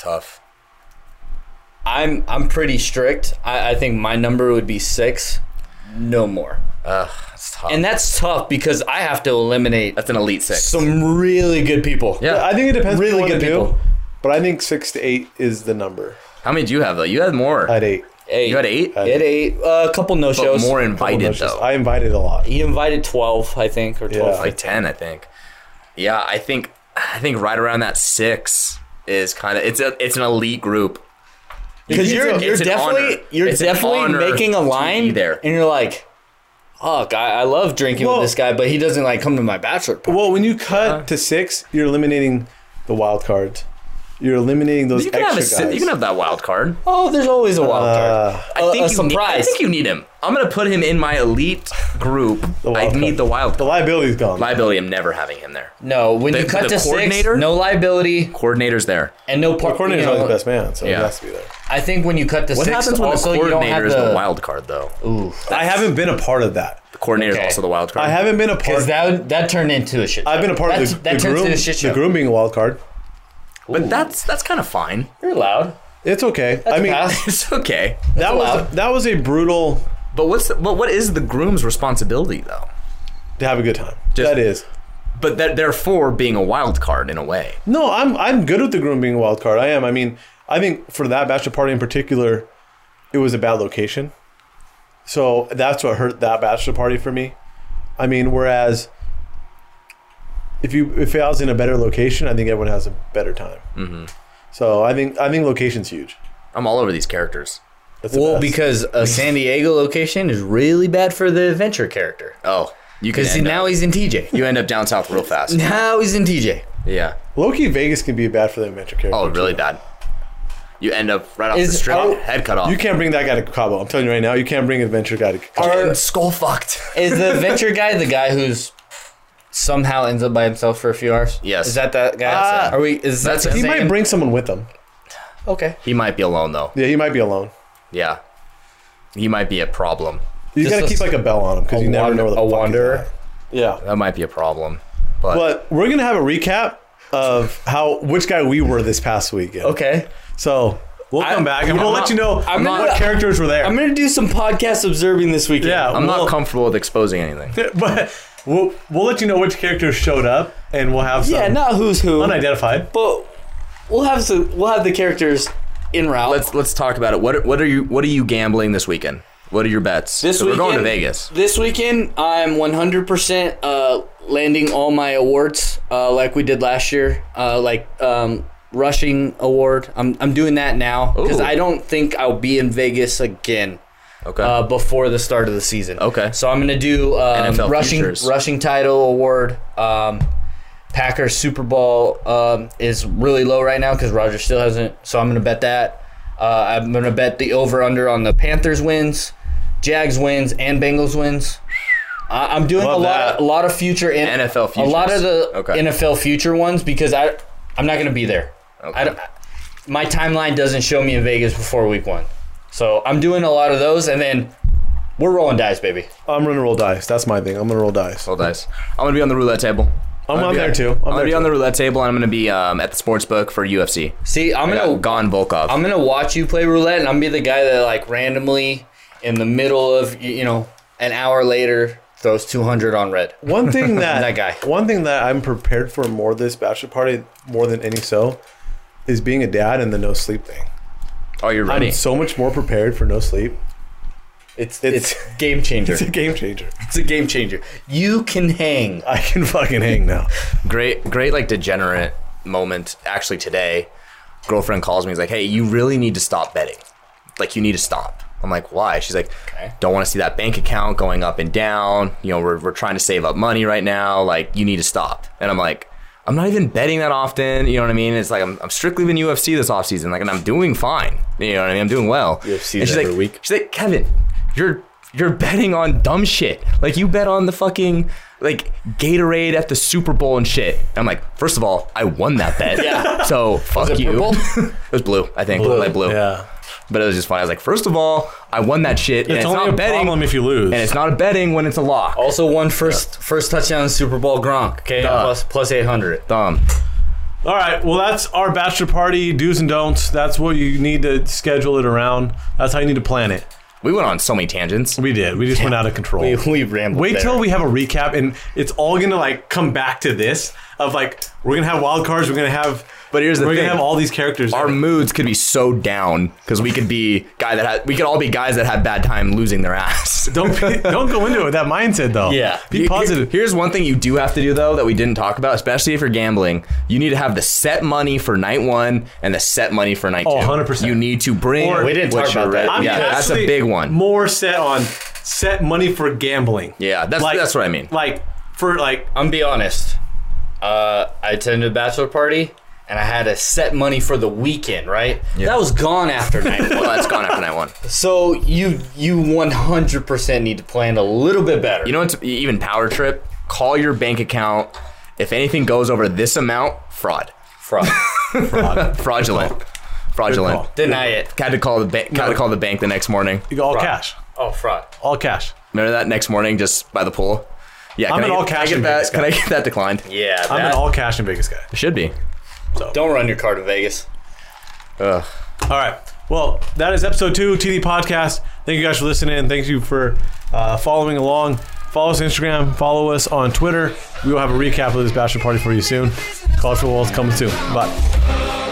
S3: Tough.
S6: I'm I'm pretty strict. I, I think my number would be six, no more.
S3: Ugh, that's tough.
S6: And that's tough because I have to eliminate
S3: that's an elite six.
S6: some really good people.
S3: yeah.
S5: party? I think it depends.
S6: Really
S5: Really good
S6: good
S5: people.
S6: people.
S5: But I think six to eight is the number
S3: how many do you have though? You had more.
S5: at eight.
S6: Eight.
S3: You had eight.
S6: It eight. Uh, a couple no
S3: but
S6: shows.
S3: more
S5: Well,
S3: invited
S5: that's just-
S3: though.
S5: I invited a lot.
S6: He invited twelve, I think, or twelve.
S5: Yeah.
S3: like 10 i think yeah i think i think right around that six is kind of it's a it's an elite group
S6: Because you're
S3: It's
S6: you're
S3: an
S6: definitely
S3: honor.
S6: you're
S3: It's an
S6: definitely
S3: honor
S6: making a
S3: to be
S6: line
S3: there.
S6: and you're like, oh, I, I love drinking
S5: Well-
S6: with this guy, but he doesn't like come to my bachelor party.
S5: Well, when you cut
S3: Uh-huh.
S5: to six, you're eliminating the wild cards. You're eliminating those
S3: you can, have
S5: extra
S3: a, si-
S5: guys.
S3: you can have that wild card
S6: Oh, there's always a wild card.
S5: Uh,
S3: I
S6: A-
S3: think
S6: a
S3: you Need, I
S6: surprise.
S3: think you need him. I'm gonna put him in my elite group. I
S5: wild
S3: need
S5: card.
S3: the wild
S5: the
S3: card.
S5: liability's gone.
S3: liability. I'm never having him there.
S6: No, when
S3: The-
S6: you cut
S3: the
S6: to six,
S3: coordinator?
S6: no liability
S3: Coordinator's there.
S6: and no part.
S5: Coordinator's
S6: you know,
S5: always the best man, so
S3: Yeah.
S5: he has to be there.
S6: I think when you cut to
S3: What
S6: six,
S3: happens when
S6: also
S3: the
S6: you don't
S3: coordinator
S6: have
S3: is
S6: the,
S3: the, wild card though?
S6: Ooh,
S5: I haven't been a part of that.
S3: The coordinator
S6: Okay.
S3: is also the wild card.
S5: I haven't been a part.
S6: because that that turned into a shit.
S5: I've been a part
S6: That's-
S5: of the,
S6: that
S5: the
S6: turns
S5: groom.
S6: into a shit show.
S5: The groom being a wild card.
S3: but that's that's kind of fine.
S6: You're loud.
S5: It's okay. I mean,
S6: Pass.
S3: It's okay.
S5: that was
S6: allowed.
S5: that was a brutal
S3: But what's the, but what is the groom's responsibility though?
S5: to have a good time.
S3: Just-
S5: that is.
S3: But that therefore being a wild card in a way.
S5: No, I'm I'm good with the groom being a wild card. I am. I mean, I think for that bachelor party in particular, it was a bad location. So that's what hurt that bachelor party for me. I mean, whereas if you if I was in a better location, I think everyone has a better time. Mm-hmm. So I think I think location's huge.
S3: I'm all over these characters.
S5: That's the
S6: Well,
S5: best.
S6: because a San Diego location is really bad for the adventure character.
S3: Oh, you can
S6: Because
S3: end
S6: now
S3: up,
S6: he's in TJ.
S3: you end up down south real fast.
S6: Now he's in TJ.
S3: yeah.
S5: Loki Vegas can be bad for the adventure character.
S3: Oh,
S5: too.
S3: really bad. You end up right off the
S6: Is-
S3: strip,
S6: oh,
S3: head cut off.
S5: You can't bring that guy to Cabo. I'm telling you right now, you can't bring adventure guy to Cabo.
S3: Getting skull fucked.
S6: Is the adventure guy the guy who's somehow ends up by himself for a few hours?
S3: Yes.
S6: Is that that guy?
S5: Ah.
S6: Are we? Is that
S3: That's-
S6: the
S5: He might
S6: same?
S5: bring someone with him.
S6: Okay.
S3: He might be alone though.
S5: Yeah, he might be alone.
S3: Yeah. He might be a problem.
S5: You
S6: Just
S5: got to
S6: a-
S5: keep like a bell on him because you never know where the fuck
S6: a
S5: he's
S6: wanderer.
S5: at. Yeah,
S3: That might be a problem. But,
S5: but we're gonna have a recap of how which guy we were this past weekend.
S6: Okay.
S5: so we'll come back and
S3: I'm
S5: we'll
S3: not-
S5: let you know
S6: I'm
S5: what
S6: not-
S5: characters were there.
S6: I'm gonna do some podcast observing this weekend.
S5: yeah,
S3: I'm
S5: we'll-
S3: not comfortable with exposing anything.
S5: but We'll, we'll let you know which characters showed up, and we'll have some
S6: Yeah, not who's who,
S5: unidentified.
S6: but we'll have some, we'll have the characters in route.
S3: Let's let's talk about it. What what are you what are you gambling this weekend? What are your bets?
S6: This
S3: so we're going to
S6: weekend-
S3: Vegas.
S6: This weekend, I'm 100% uh, landing all my awards uh, like we did last year, uh, like um, rushing award. I'm, I'm doing that now because
S3: Ooh.
S6: I don't think I'll be in Vegas again
S3: Okay.
S6: uh, before the start of the season.
S3: Okay.
S6: So I'm gonna do um,
S3: NFL
S6: rushing
S3: futures.
S6: rushing title award. Um, Packers Super Bowl um, is really low right now because Roger still hasn't. So I'm gonna bet that. Uh, I'm gonna bet the over under on the Panthers wins, Jags wins, and Bengals wins. I, I'm doing
S5: Love
S6: a lot,
S5: that.
S6: of, a lot of future in,
S3: NFL
S6: a lot of
S3: futures.
S6: the
S3: Okay.
S6: NFL future ones because I, I'm not gonna be there. I don't, my timeline doesn't show me in Vegas before week one. So I'm doing a lot of those, and then we're rolling dice, baby.
S5: I'm gonna roll dice. That's my thing. I'm gonna roll dice.
S3: Roll dice. I'm gonna be on the roulette table.
S5: I'm
S3: gonna
S5: on
S3: be
S5: there
S3: on-
S5: too. I'm
S3: I'm, gonna
S5: there
S3: be on
S5: too.
S3: the roulette table, and I'm gonna be um, at the sports book for UFC.
S6: See, I'm
S3: I
S6: gonna
S3: got Gone Volkov.
S6: I'm gonna watch you play roulette, and I'm gonna be the guy that like randomly in the middle of y- you know an hour later throws 200 on red.
S5: One thing that
S6: That guy.
S5: One thing that I'm prepared for more this bachelor party more than any so is being a dad and the no sleep thing.
S3: oh, you're ready.
S5: I'm so much more prepared for no sleep.
S6: It's
S5: It's-
S6: it's, game changer.
S5: It's a game changer.
S6: It's a game changer. You can hang.
S5: I can fucking hang now.
S3: great great like degenerate moment actually today girlfriend calls me he's like hey you really need to stop betting like you need to stop i'm like why she's like
S6: Okay.
S3: don't want to see that bank account going up and down you know we're, we're trying to save up money right now like you need to stop and i'm like i'm not even betting that often you know what i mean it's like i'm, I'm strictly been ufc this offseason like and i'm doing fine you know what i mean i'm doing well
S2: UFC
S3: And
S2: is
S3: she's
S2: every
S3: like,
S2: week.
S3: She's like, Kevin, you're you're betting on dumb shit. Like you bet on the fucking like Gatorade at the Super Bowl and shit. I'm like, first of all, I won that bet. yeah. So fuck
S6: it
S3: you.
S6: purple?
S3: it was blue, I think. Blue. Light blue.
S5: Yeah.
S3: But it was just funny. I was like, first of all, I won that shit. and
S5: It's,
S3: it's
S5: only
S3: not
S5: a
S3: betting.
S5: problem if you lose.
S3: and it's not a betting when it's a lock.
S6: Also won first first touchdown in Super Bowl Gronk. Okay, plus plus 800.
S3: Dumb.
S5: All right. Well, that's our bachelor party do's and don'ts. That's what you need to schedule it around. That's how you need to plan it.
S3: We went on so many tangents.
S5: We did. We just went out of control.
S6: We, we rambled.
S5: Wait
S6: there.
S5: till we have a recap, and it's all gonna like come back to this of like we're gonna have wild cards. We're gonna have.
S3: But here's the
S5: we're
S3: thing.
S5: gonna have all these characters.
S3: Our moods could be so down because we could be guy that had, we could all be guys that had bad time losing their ass.
S5: don't be- don't go into it with that mindset though.
S6: Yeah.
S5: Be positive.
S3: Here's one thing you do have to do though that we didn't talk about, especially if you're gambling. You need to have the set money for night one and the set money for night two.
S5: Oh, 100%.
S3: You need to bring.
S5: Or- We
S6: didn't
S3: what
S6: talk about
S3: you're
S6: that.
S3: re-
S5: I'm
S3: Yeah, that's a
S5: actually
S3: big one.
S5: More set on set money for gambling.
S3: yeah, that's that's what I mean.
S5: Like for like
S6: I'm gonna be honest. Uh, I attended a bachelor party and I had a set money for the weekend, right? That was gone after night one.
S3: well, that's gone after night one.
S6: So you you 100% need to plan a little bit better.
S3: You know what's e-, even power trip? Call your bank account. If anything goes over this amount, fraud,
S6: fraud.
S3: fraudulent, fraudulent.
S6: Deny it.
S3: Had to call the bank. Had to call the bank the next morning.
S5: you got all cash,
S6: Oh, fraud.
S5: all cash.
S3: Remember that next morning, just by the pool. Yeah,
S5: I'm an
S3: can I
S5: all
S3: get- can I
S5: cash
S3: get
S5: in Vegas
S3: that? Can
S5: guy.
S3: I get that declined?
S6: Yeah,
S5: I'm
S6: that-
S5: an all cash in Vegas guy.
S3: Should be.
S6: don't run your car to Vegas.
S3: Ugh.
S5: All right. Well, that is episode two TD podcast. Thank you guys for listening. Thank you for uh, following along. Follow us on Instagram. Follow us on Twitter. We will have a recap of this bachelor party for you soon. College football is coming soon. Bye.
S4: Thank